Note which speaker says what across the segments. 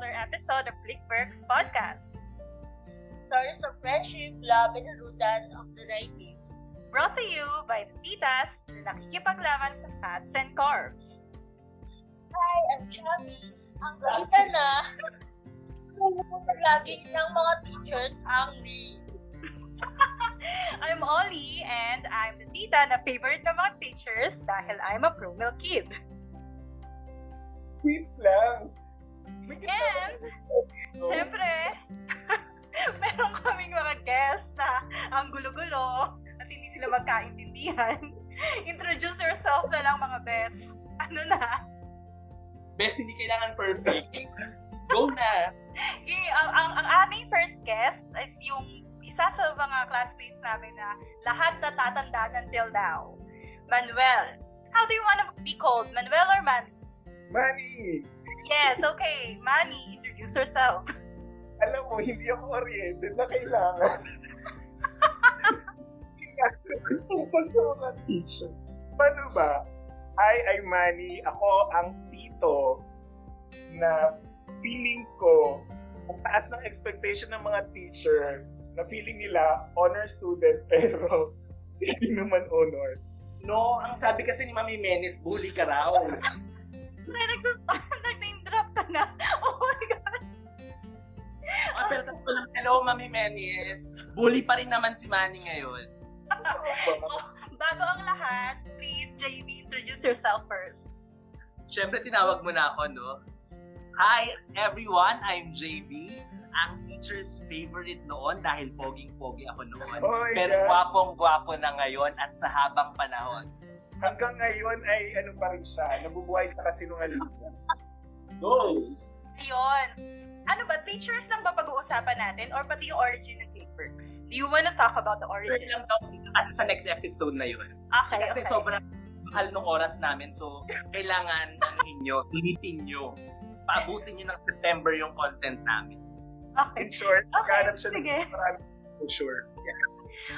Speaker 1: the Flick Perks Podcast,
Speaker 2: Stories of friendship, love, and harutan of the 90s.
Speaker 1: brought to you by the titas na nakikipaglaban sa fats and carbs.
Speaker 2: Hi, I'm Chubby. Ang ganda na. Nalimutan lagi ng mga teachers ang name.
Speaker 1: I'm Ollie and I'm the tita na favorite ng mga teachers dahil I'm a pro milk kid.
Speaker 3: Wait lang.
Speaker 1: And,
Speaker 3: Oh.
Speaker 1: syempre, meron kaming mga guests na ang gulo-gulo at hindi sila magkaintindihan. Introduce yourself na lang mga best. Ano na?
Speaker 4: Best, hindi kailangan perfect. Go na!
Speaker 1: Y- ang, ang, ang aming first guest is yung isa sa mga classmates namin na lahat natatandaan until now. Manuel. How do you want to be called? Manuel or Manny?
Speaker 3: Manny,
Speaker 1: Yes, okay. Manny, introduce yourself.
Speaker 3: alam mo, hindi ako oriented na kailangan. Kailangan ko pa sa mga teacher. Paano ba? Hi, I'm Manny. Ako ang tito na feeling ko ang taas ng expectation ng mga teacher na feeling nila honor student pero hindi naman honor.
Speaker 4: No, ang sabi kasi ni Mami Menes, bully ka raw.
Speaker 1: Hindi, nagsastart. Nag-name drop ka na. Oh my God.
Speaker 4: Kapel ka pa lang, hello Mami Menes. Bully pa rin naman si Manny ngayon.
Speaker 3: Oh
Speaker 1: Bago ang lahat, please, JB, introduce yourself first.
Speaker 4: Siyempre, tinawag mo na ako, no? Hi everyone, I'm JB. Ang teacher's favorite noon dahil poging-pogi ako noon.
Speaker 3: Oh my
Speaker 4: Pero
Speaker 3: God.
Speaker 4: gwapong-gwapo na ngayon at sa habang panahon.
Speaker 3: Hanggang ngayon ay ano pa rin siya, nabubuhay sa kasinungalingan. Oh.
Speaker 4: Go!
Speaker 1: Ayun. Ano ba, teachers lang ba pag-uusapan natin or pati yung origin ng Clickworks? Do you wanna talk about the
Speaker 4: Pwede
Speaker 1: origin?
Speaker 4: lang daw kung ano sa next episode na yun.
Speaker 1: Okay,
Speaker 4: Kasi
Speaker 1: okay.
Speaker 4: sobrang mahal nung oras namin. So, kailangan ano inyo, gamitin nyo. Paabutin nyo ng September yung content namin.
Speaker 1: Okay.
Speaker 3: In short,
Speaker 1: Okay,
Speaker 3: naghanap siya
Speaker 1: sige.
Speaker 3: ng maraming exposure.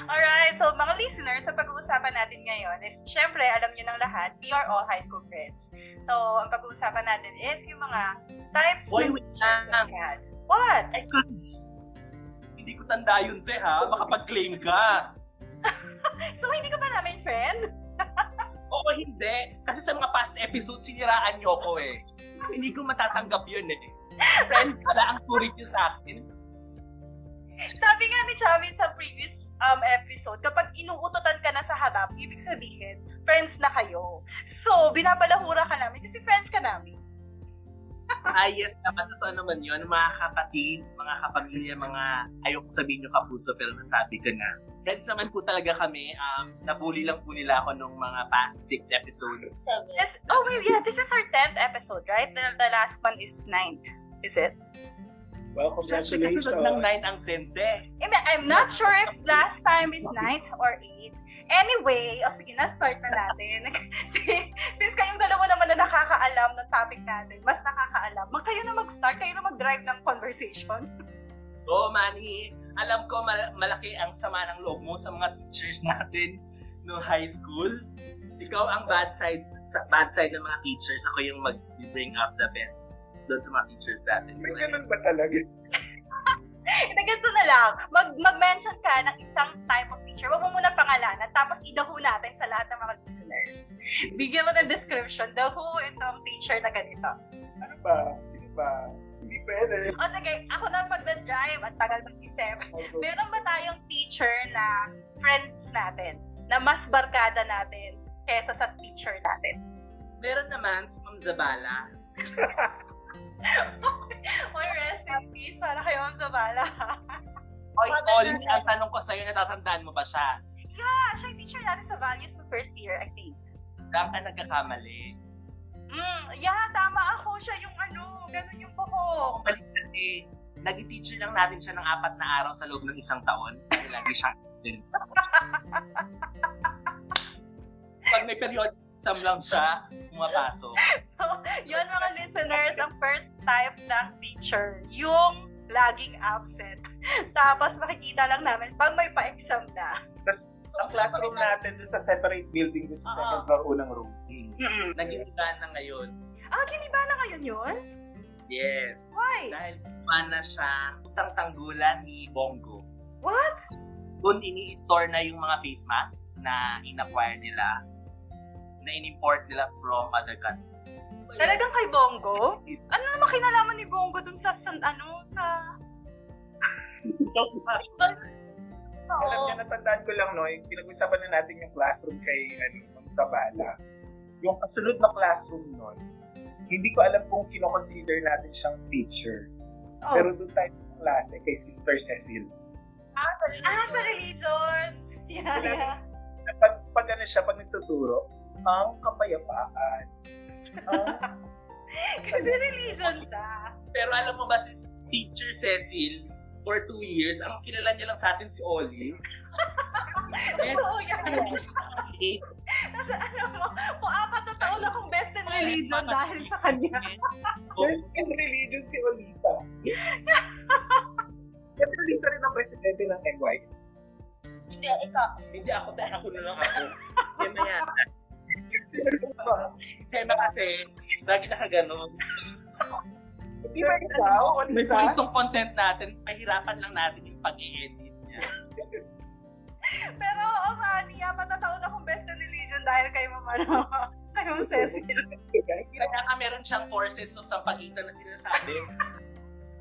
Speaker 1: Alright, so mga listeners, sa pag-uusapan natin ngayon is, syempre, alam nyo ng lahat, we are all high school friends. So, ang pag-uusapan natin is yung mga types
Speaker 4: Boy,
Speaker 1: ng
Speaker 4: wait
Speaker 1: teachers that
Speaker 4: lang.
Speaker 1: we had. What?
Speaker 4: Excellence! Hindi ko tanda yun, te, ha? Makapag-claim ka.
Speaker 1: So, hindi ka ba namin friend?
Speaker 4: Oo, hindi. Kasi sa mga past episodes, siniraan nyo ko, eh. Hindi ko matatanggap yun, eh. Friend pala ang turing nyo sa akin.
Speaker 1: Sabi nga ni Chami sa previous um, episode, kapag inuutotan ka na sa harap, ibig sabihin, friends na kayo. So, binabalahura ka namin kasi friends ka namin.
Speaker 4: Ah, yes naman. Totoo naman yun. Mga kapatid, mga kapamilya, mga ayoko sabihin nyo kapuso pero nasabi ko na. Friends naman po talaga kami. Um, nabully lang po nila ako nung mga past six episodes.
Speaker 2: Sabi.
Speaker 1: This, oh, well, yeah, this is our 10th episode, right? The, the last one is 9th, is it?
Speaker 3: Well,
Speaker 4: Siyempre, kasunod ng 9 ang 10 de.
Speaker 1: I'm- I'm not sure if last time is 9th or 8th. Anyway, o sige na, start na natin. Kasi, since kayong dalawa naman na nakakaalam ng topic natin, mas nakakaalam, mag kayo na mag-start, kayo na mag-drive ng conversation.
Speaker 4: Oo, Manny. Alam ko mal- malaki ang sama ng loob mo sa mga teachers natin no high school. Ikaw ang bad side sa bad side ng mga teachers. Ako yung mag-bring up the best doon sa mga teachers natin.
Speaker 3: May ganun ba talaga?
Speaker 1: Na ganito na lang, mag, mag-mention ka ng isang type of teacher. Huwag mo muna pangalanan, tapos idaho natin sa lahat ng mga listeners. Bigyan mo ng description, daho itong teacher na ganito.
Speaker 3: Ano ba? Sino ba? Hindi pwede.
Speaker 1: O sige, ako na ang magdadrive at tagal mag-isip. Meron ba tayong teacher na friends natin, na mas barkada natin kesa sa teacher natin?
Speaker 4: Meron naman si Ma'am Zabala.
Speaker 1: Or rest in peace, para kayo ang sabala.
Speaker 4: Oy,
Speaker 2: Father
Speaker 4: Oli,
Speaker 2: Nanay.
Speaker 4: ang tanong ko sa'yo, natatandaan mo ba siya?
Speaker 1: Ah, siya yung teacher natin sa values ng first year, I think.
Speaker 4: Saan ka nagkakamali?
Speaker 1: Mm, yeah, tama ako. Siya yung ano, ganun yung buko.
Speaker 4: Kung balik kasi, naging teacher lang natin siya ng apat na araw sa loob ng isang taon. Kasi Lagi siyang absent. Pag may period, exam lang siya, pumapasok.
Speaker 1: Yun mga listeners, ang first type ng teacher, yung laging absent. Tapos makikita lang namin pag may pa-exam na.
Speaker 3: Tapos, ang classroom natin dun sa separate building dun sa
Speaker 4: Oo. Hmm.
Speaker 3: second floor, unang room.
Speaker 4: Naging iba na ngayon.
Speaker 1: Ah, kiniba na ngayon yun?
Speaker 4: Yes.
Speaker 1: Why?
Speaker 4: Dahil gumawa na siya utang tanggulan ni Bongo.
Speaker 1: What?
Speaker 4: Doon ini-store na yung mga face mask na in-acquire nila, na in-import nila from other countries.
Speaker 1: Talagang kay Bongo? Ano naman kinalaman ni Bongo dun sa, sa ano, sa...
Speaker 3: Alam
Speaker 2: Oo.
Speaker 3: niya, natandaan ko lang, no, yung pinag-usapan na natin yung classroom kay, ano, Ma'am Sabala. Yung kasunod na classroom nun, hindi ko alam kung kinoconsider natin siyang teacher.
Speaker 1: Oh.
Speaker 3: Pero doon tayo sa klase kay Sister Cecil.
Speaker 2: Ah, sarili
Speaker 1: ah,
Speaker 2: ko.
Speaker 1: sa religion! Yeah, yeah.
Speaker 3: Na Pag, pag ano siya, pag nagtuturo, "Ah, ang kapayapaan. Ang,
Speaker 1: Kasi religion siya.
Speaker 4: Pero alam mo ba, si Teacher Cecil, for two years, ang kilala niya lang sa atin si Oli. Yes.
Speaker 1: Oo, yan.
Speaker 4: Eh,
Speaker 1: Nasa ano mo, kung apat na taon akong best in religion dahil sa kanya.
Speaker 4: Oh,
Speaker 3: in religion si Olisa. Kasi Olisa rin ang presidente ng NY.
Speaker 2: Hindi, ikaw.
Speaker 4: hindi ako, dahil ako na lang ako. Yan na yan. Tema kasi, lagi nakaganon.
Speaker 3: Hindi ba ikaw,
Speaker 4: May
Speaker 3: Olisa?
Speaker 4: point tong content natin, pahirapan lang natin yung pag-i-edit niya.
Speaker 1: Pero oo nga, ni apat na taon akong best in religion dahil kay Mama no. Kay Ma'am Ceci.
Speaker 4: Kaya nga meron siyang four sets of sampagitan na sinasabi.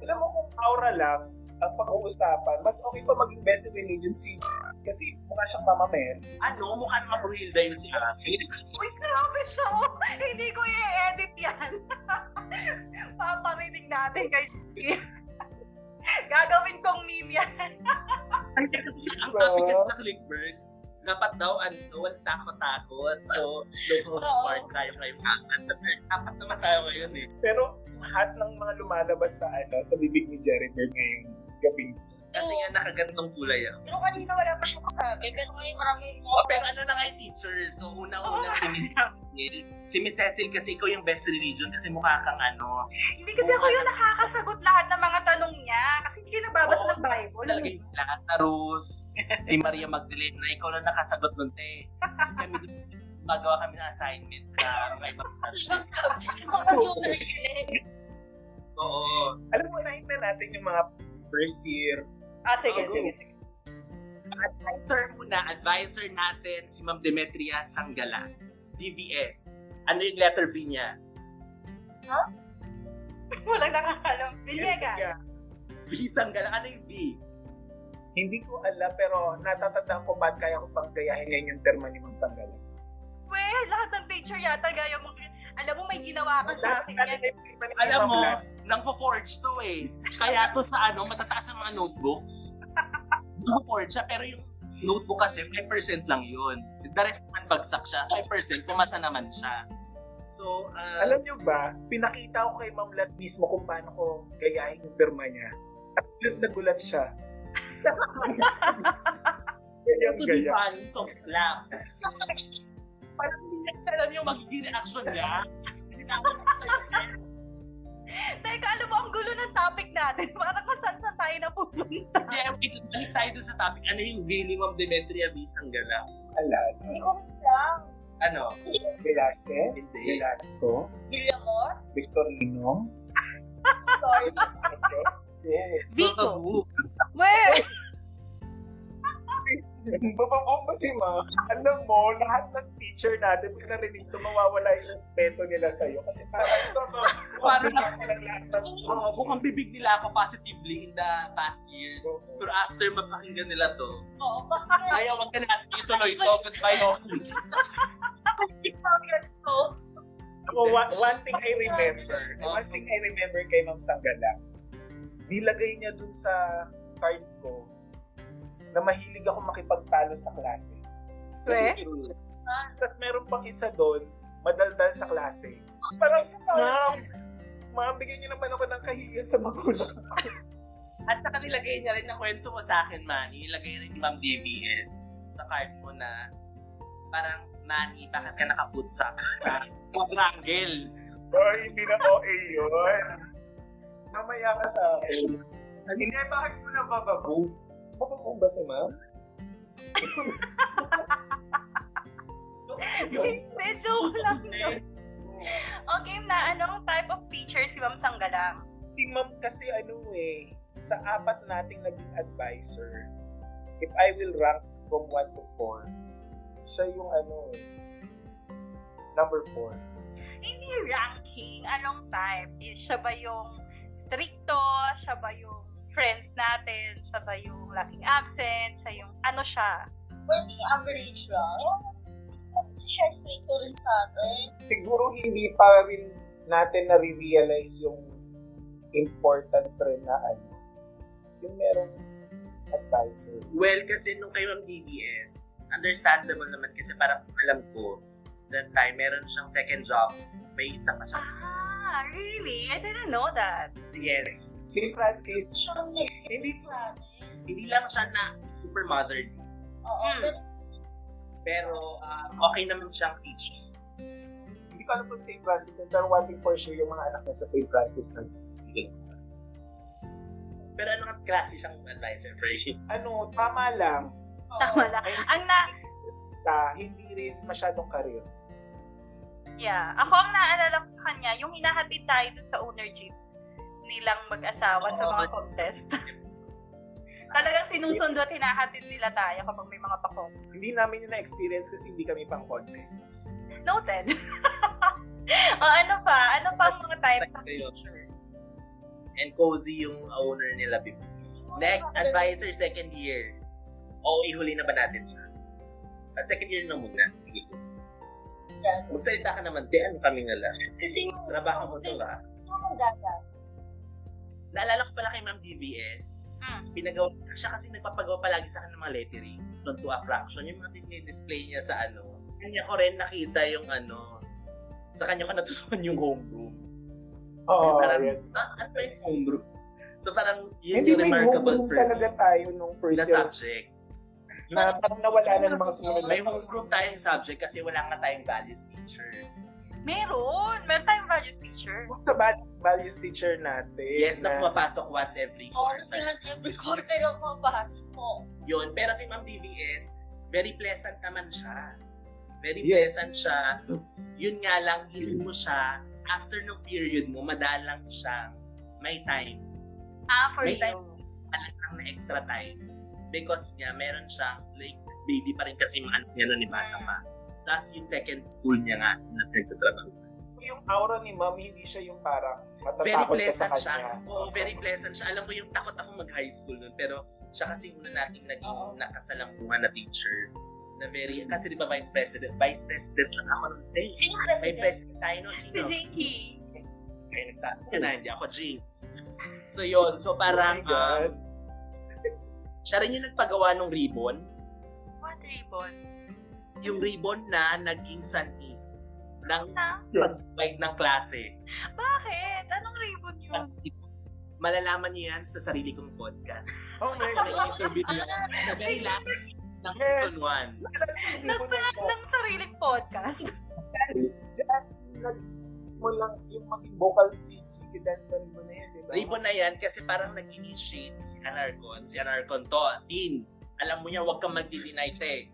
Speaker 3: alam mo kung aura lang ang pag-uusapan, mas okay pa maging best in religion si kasi mukha siyang mama Mel.
Speaker 4: ano, mukha namang real dahil si Rafi.
Speaker 1: Uy, grabe siya oh. Hindi ko i-edit yan. Paparinig natin kay Ceci. Gagawin kong meme yan.
Speaker 4: Ang ang topic kasi sa Clickworks, dapat daw ano, walang takot-takot. So, low
Speaker 2: Oo.
Speaker 4: smart tayo kayo. Apat na apat naman tayo ngayon eh.
Speaker 3: Pero lahat ng mga lumalabas sa ano sa bibig ni Jerry Bird ngayong gabi.
Speaker 4: Kasi nga nakagantong kulay ah. ako.
Speaker 2: Pero kanina wala pa siya kasabi. Pero ngayon marami mo.
Speaker 4: Oh, pero ano na nga yung teacher? So, una-una si Miss Cecil. Si Miss Cecil kasi ikaw yung best religion kasi mukha kang ano.
Speaker 1: Hindi kasi ako yung nakakasagot lahat ng mga tanong niya. Kasi hindi kayo nagbabasa ng Bible.
Speaker 4: Talaga yung Lazarus, si Maria Magdalene na ikaw lang nakasagot nun te. Kasi kami dun, magawa kami ng assignments sa mga ibang
Speaker 2: Ibang
Speaker 4: subject.
Speaker 2: subject. Ikaw lang yung narinig.
Speaker 4: Oo.
Speaker 3: Alam mo, unahin na natin yung mga first year.
Speaker 1: Ah, sige,
Speaker 4: Oo.
Speaker 1: sige, sige.
Speaker 4: advisor muna, advisor natin si Ma'am Demetria Sanggala, DVS. Ano yung letter V niya?
Speaker 1: Walang nakakalam. Villegas.
Speaker 4: V Sanggala, ano yung V?
Speaker 3: Hindi ko alam pero natatandaan ko ba't kaya ko pang gayahin ngayon yung terma ni Ma'am Sanggala.
Speaker 1: Well, lahat ng teacher yata gaya mong, alam mo, may ginawa ka sa akin yan.
Speaker 4: Alam mo, nang forge to eh. Kaya to sa ano, matataas ang mga notebooks. Nang forge siya, pero yung notebook kasi 5% lang yun. The rest naman bagsak siya, 5% pumasa naman siya. So, uh,
Speaker 3: Alam niyo ba, pinakita ko kay Ma'am Lat mismo kung paano ko gayahin yung perma niya. At gulat na gulat siya. Gayang
Speaker 4: to be
Speaker 3: gaya.
Speaker 4: funny, so laugh. Parang hindi na siya alam yung magiging reaction niya. Hindi na ako sa'yo.
Speaker 1: Teka, alam mo, ang gulo ng topic natin. Parang kung saan-saan tayo napupunta.
Speaker 4: Kaya wait, balik tayo dun sa topic. Ano yung really Ma'am Demetria B. Sanggala?
Speaker 3: Alam.
Speaker 2: Hindi ko lang.
Speaker 4: Ano?
Speaker 3: Velasquez,
Speaker 4: Is it?
Speaker 3: Velasco,
Speaker 2: Villamor?
Speaker 3: Victorino.
Speaker 2: Sorry.
Speaker 3: Ano? Yes.
Speaker 1: Vico.
Speaker 4: Bababu.
Speaker 1: Well,
Speaker 3: Bababomba si Ma. Alam mo, lahat ng teacher natin, pag narinig ito, mawawala yung respeto nila sa'yo. Kasi parang ito,
Speaker 4: Parang-
Speaker 3: lang lahat ng
Speaker 4: Oo, mukhang bibig nila ako positively in the past years.
Speaker 3: Oo.
Speaker 4: Pero after mapakinggan nila to,
Speaker 2: Oo, bakit?
Speaker 4: ayaw, wag ka na natin ituloy to. Goodbye, Oki.
Speaker 2: So,
Speaker 3: Ako, one, one thing I remember, one thing I remember kay Ma'am Sanggala, nilagay niya dun sa card ko na mahilig ako makipagtalo sa klase.
Speaker 1: we?
Speaker 3: At meron pang isa doon, madaldal sa klase. Parang, ma'am, ma'am, bigyan niyo naman ako ng kahihiyan sa magulang.
Speaker 4: At saka nilagay niya rin na kwento mo sa akin, Manny. Nilagay rin ni Ma'am DBS sa card mo na parang, Manny, bakit ka naka-food sa akin? Quadrangle.
Speaker 3: Boy, hindi na OA yun. Mamaya ka sa akin. Hindi, bakit mo na bababu? Bababu ba si ma'am?
Speaker 1: Hindi, joke lang. yun. Okay na, anong type of teacher si Ma'am Sanggalang?
Speaker 3: Si ma'am kasi ano eh, sa apat nating naging advisor, if I will rank from 1 to 4, siya yung ano eh, number 4.
Speaker 1: Hindi ranking, anong type? Eh, Siya ba yung stricto? Siya ba yung friends natin? Siya ba yung laging absent? Siya yung ano siya?
Speaker 2: For me, average lang. Ewan ko Kasi siya straight to rin sa atin.
Speaker 3: Siguro hindi pa rin natin nare-realize yung importance rin na ano, yung merong advisor.
Speaker 4: Well, kasi nung kay Ma'am DDS, understandable naman kasi parang kung alam ko, that time meron siyang second job, may ita pa siya.
Speaker 1: Ah, really? I didn't know that.
Speaker 4: Yes.
Speaker 3: Si Francis,
Speaker 2: Siya ang next level sa atin.
Speaker 4: Hindi lang siya na super motherly,
Speaker 2: Oo,
Speaker 1: Hmm.
Speaker 2: pero
Speaker 4: pero ah, okay naman siyang teacher.
Speaker 3: hindi ko alam kung St. Francis, pero one thing for sure, yung mga anak niya sa St. Francis na
Speaker 4: Pero ano ang klase siyang advisor for you?
Speaker 3: ano, tama lang,
Speaker 2: oo.
Speaker 1: Tama lang. Ang na,
Speaker 3: ta, hindi rin masyadong career.
Speaker 1: yeah. Ako ang naaalala ko sa kanya, yung hinahatid tayo dun sa owner jeep nilang mag-asawa sa
Speaker 4: Oo.
Speaker 1: mga contest. Talagang sinusundo at hinahatid nila tayo kapag may mga pakong.
Speaker 3: Hindi namin yun na-experience kasi hindi kami pang contest.
Speaker 1: Noted. o ano pa? Ano pa ang mga types ng
Speaker 4: Kayo.
Speaker 1: teacher?
Speaker 4: And cozy yung owner nila before. Next, advisor second year. O ihuli na ba natin siya? At second year na muna. Sige.
Speaker 2: Yan.
Speaker 4: Magsalita ka naman, di ano kami nga lang.
Speaker 2: Kasi yung
Speaker 4: Trabaho mo to ba?
Speaker 2: Siya ang ganda.
Speaker 4: Naalala ko pala kay Ma'am DBS,
Speaker 1: Ah.
Speaker 4: pinagawa siya kasi nagpapagawa palagi sa akin ng mga lettering doon to a fraction. Yung mga dinidisplay niya sa ano. Kanya ko rin nakita yung ano, sa kanya ko natutunan yung homeroom.
Speaker 3: Oo,
Speaker 4: parang,
Speaker 3: Oh, yes.
Speaker 4: ah, ano ba yung homeroom? So parang yun
Speaker 3: Hindi, may
Speaker 4: yung remarkable
Speaker 3: homeroom
Speaker 4: for me
Speaker 3: talaga tayo nung first
Speaker 4: na
Speaker 3: year.
Speaker 4: subject.
Speaker 3: Na parang nawala na ng mga sumunod.
Speaker 4: May homeroom tayong subject kasi wala nga tayong values teacher.
Speaker 1: Meron! Meron tayong values teacher.
Speaker 3: Sa bad- values teacher natin.
Speaker 4: Yes, na
Speaker 3: na
Speaker 4: pumapasok once every
Speaker 2: Oo,
Speaker 4: year.
Speaker 2: sila every quarter lang mapasok.
Speaker 4: Yun. Pero si Ma'am DBS, very pleasant naman siya. Very
Speaker 3: Yes.
Speaker 4: pleasant siya. Yun nga lang, hindi mo siya, after nung period mo, madalang siyang may time.
Speaker 1: Ah, for you.
Speaker 4: May time. Alang na extra time. Because niya, meron siyang, like, baby pa rin kasi yung anak niya nun ni bata pa. Tapos yung second school niya nga na pinagtatrabaho.
Speaker 3: yung aura ni ma'am, hindi siya yung parang
Speaker 4: Very
Speaker 3: matatakot ka sa
Speaker 4: pleasant siya.
Speaker 3: kanya.
Speaker 4: Oo, very pleasant siya. Alam mo yung takot ako mag-high school nun, pero siya kasi una nating naging
Speaker 2: Oo.
Speaker 4: nakasalamuhan na teacher na very, kasi di ba vice president, vice president lang ako nun. Day.
Speaker 2: Sino
Speaker 4: May
Speaker 2: president?
Speaker 4: president tayo nun,
Speaker 1: Si
Speaker 4: sino?
Speaker 1: Jinky.
Speaker 4: Kaya nagsabi ka na, hindi ako Jinx. So yun, so
Speaker 3: Oh
Speaker 4: parang,
Speaker 3: my God.
Speaker 4: um, siya rin yung nagpagawa ng ribbon.
Speaker 1: What ribbon?
Speaker 4: Yung ribbon na naging sanhi ng
Speaker 1: Na?
Speaker 4: pag ng klase.
Speaker 1: Bakit? Anong ribbon
Speaker 3: Ah.
Speaker 4: Ah,
Speaker 1: yun?
Speaker 4: Malalaman niyo yan sa sarili kong podcast.
Speaker 3: Oh my
Speaker 4: May
Speaker 3: God.
Speaker 4: interview niya. Sa very last ng
Speaker 3: Yes.
Speaker 4: season 1.
Speaker 1: Nagpalat ng sariling podcast.
Speaker 3: Diyan, nagsimulang yung maging vocal si Chiki Dan sa ribbon na yan, di ba?
Speaker 4: Ribbon na yan kasi parang nag-initiate si Anarcon. Si Anarcon to, Tin, alam mo niya, huwag kang mag-deny te.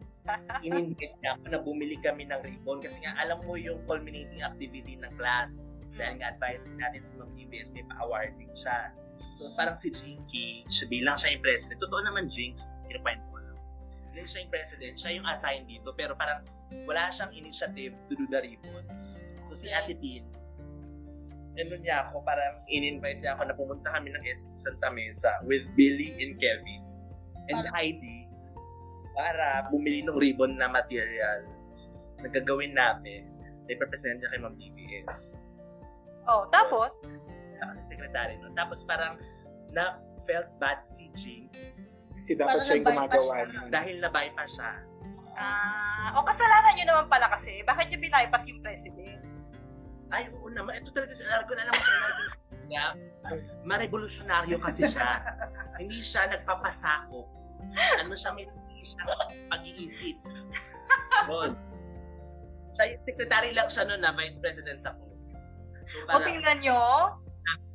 Speaker 4: Ininvite niya ako na bumili kami ng ribbon kasi nga alam mo yung culminating activity ng class. Dahil nga advice natin sa mga PBS, may pa-awarding siya. So parang si Jinky, siya bilang siya yung president. Totoo naman Jinx, kinapain ko lang. Bilang siya yung president, siya yung assigned dito pero parang wala siyang initiative to do the ribbons. So si Ate Tin, ano niya ako, parang in-invite niya ako na pumunta kami ng SM Santa Mesa with Billy and Kevin and the ID para bumili ng ribbon na material na gagawin namin. Ipapresent niya kay Ma'am DBS.
Speaker 1: Oh, tapos?
Speaker 4: Ako si secretary nun. Tapos parang na felt bad si Jing
Speaker 3: Si dapat
Speaker 2: Parang
Speaker 3: siya yung
Speaker 2: nag-bypass
Speaker 3: gumagawa
Speaker 2: siya.
Speaker 3: nun.
Speaker 4: dahil na-bypass siya.
Speaker 1: Ah, o kasalanan nyo naman pala kasi. Bakit nyo binipas yung president?
Speaker 4: Ay, oo naman. Ito talaga si Alarcon. Alam mo si Alarcon. niya, marevolusyonaryo kasi siya. Hindi siya nagpapasakop. Ano siya, may hindi siya pag-iisip. Yun. Siya yung secretary lang siya noon na vice president ako. So
Speaker 1: O
Speaker 4: parang
Speaker 1: tingnan nyo,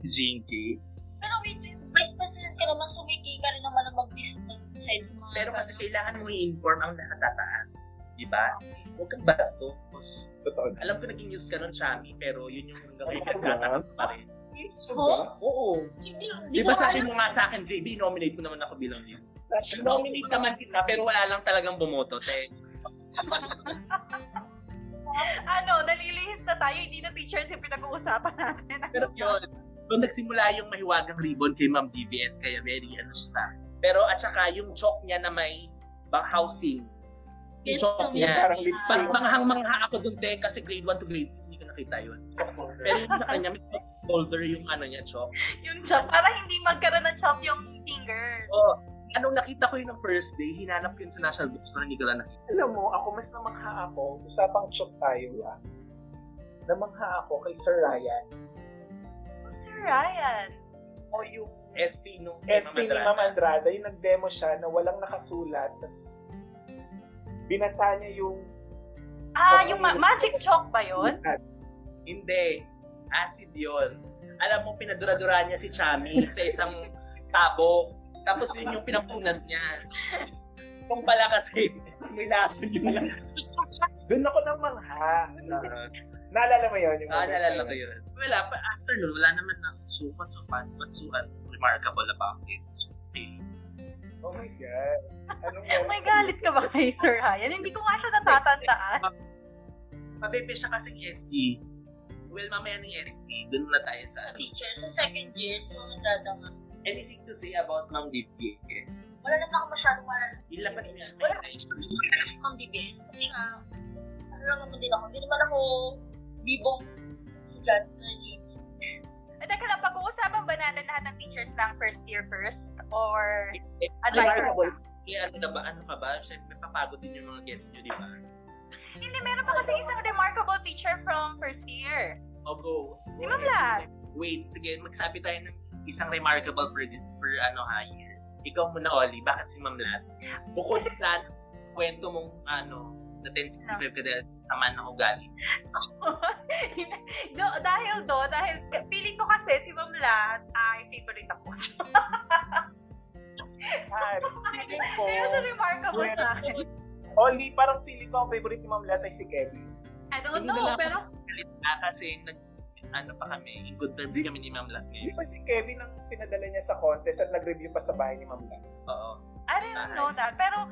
Speaker 4: Jinky.
Speaker 2: Pero wait, vice president ka naman, sumiki ka rin naman na mag-business side sa mga...
Speaker 4: Pero kasi kailangan mo i-inform ang nakatataas. di ba? Huwag kang bastos.
Speaker 3: Totoo na.
Speaker 4: Alam ko naging news ka nun, Chami, pero yun yung hanggang
Speaker 3: Ay,
Speaker 4: ngayon
Speaker 3: ako ba?
Speaker 4: natatakot pa rin.
Speaker 3: Gusto
Speaker 2: Huh?
Speaker 3: ba?
Speaker 4: Oo.
Speaker 2: Hindi, hindi
Speaker 4: Di ba
Speaker 2: ko
Speaker 4: sabi
Speaker 2: alam.
Speaker 4: mo nga sa akin, JB, nominate mo naman ako bilang yun.
Speaker 3: Sabi mo,
Speaker 4: Nominate naman kita, pero wala lang talagang bumoto, te.
Speaker 1: Ano, nalilihis na tayo, hindi na teachers yung pinag-uusapan natin.
Speaker 4: Pero yun, doon nagsimula yung mahiwagang ribbon kay Ma'am DVS, kaya very ano siya sa... Pero at saka yung joke niya na may bang housing. Yung
Speaker 2: Yes,
Speaker 4: joke
Speaker 2: kami.
Speaker 4: niya.
Speaker 3: Parang lipstick.
Speaker 4: Pag manghang-mangha ako doon, te, kasi grade 1 to grade 6, hindi ko nakita yun. Pero yung sa kanya, may folder yung ano niya, joke.
Speaker 1: Yung chop, para hindi magkaroon ng chop yung fingers.
Speaker 4: Oo. Anong nakita ko yun ng first day, hinanap ko yun sa National Bookstore, hindi ko lang nakita.
Speaker 3: Alam mo, ako mas namangha ako, usapang chok tayo ah. Namangha ako kay Sir Ryan.
Speaker 1: Oh, Sir Ryan.
Speaker 3: O yung
Speaker 4: ST nung
Speaker 3: ST ni
Speaker 4: Madrana.
Speaker 3: Ma'am Andrada, yung nag-demo siya na walang nakasulat, tas binata niya yung
Speaker 1: Ah, yung ma- magic chalk ba yun?
Speaker 4: Hindi. Acid yun. Alam mo, pinadura-dura niya si Chami sa isang tabo. Tapos yun yung pinapunas niya. Kung pala kasi, may lason yun lang.
Speaker 3: Doon ako namangha. Naalala mo yun? Yung
Speaker 4: Ah,
Speaker 3: moment
Speaker 4: nalala
Speaker 3: na
Speaker 4: ko yun. Wala, pa after nun, wala naman na, so what's so fun, what's so un- remarkable about it? So, okay.
Speaker 3: Oh my God. Ano Anong moment?
Speaker 1: May galit ka ba kay Sir Ryan? Hindi ko nga siya natatandaan.
Speaker 4: Mabebe siya kasing ST. Well, mamaya ng ST, dun na tayo sa
Speaker 2: Teacher, sa second year, sa mga dadama.
Speaker 4: Anything to say about Ma'am DPS?
Speaker 2: Wala naman ako masyadong malalaman.
Speaker 4: Yun lang pa rin yan.
Speaker 2: Wala akong mga BBS kasi nga, ano lang naman din ako. Hindi naman ako bibong uh, estudyante na GP.
Speaker 1: Eh, teka lang, pag-uusapan ba natin lahat ng teachers ng first year first? Or advisors
Speaker 4: Advisor.
Speaker 1: lang?
Speaker 4: Kaya ano na ba, ano ka ba? Siyempre, papagod din yung mga guests nyo, di ba?
Speaker 1: Hindi, meron pa kasi isang remarkable teacher from first year.
Speaker 4: O Oh, go.
Speaker 1: Si Ma'am Lat.
Speaker 4: Wait, sige, magsabi tayo ng isang remarkable per, per ano ha, year. Ikaw muna, Oli, bakit si Ma'am Lat? Bukod
Speaker 1: Kasi-
Speaker 4: sa kwento mong ano, na 1065 ka dahil tama ng ugali.
Speaker 1: do, dahil do, dahil ka- feeling ko kasi si Ma'am Lat ay favorite ako.
Speaker 3: Hari, feeling ko,
Speaker 1: Kaya siya remarkable
Speaker 3: Well,
Speaker 1: sa akin.
Speaker 3: only parang feeling ko ang favorite ni Ma'am Lat ay si Kevin.
Speaker 1: I don't
Speaker 4: hindi
Speaker 1: know,
Speaker 4: nila-
Speaker 1: pero
Speaker 4: Galit ka kasi nag, ano pa kami, in good terms kami ni Ma'am Lat
Speaker 3: Di
Speaker 4: ngayon.
Speaker 3: ba si Kevin ang pinadala niya sa contest at nag-review pa sa bahay ni Ma'am Lat?
Speaker 4: Oo.
Speaker 1: I didn't know that. Pero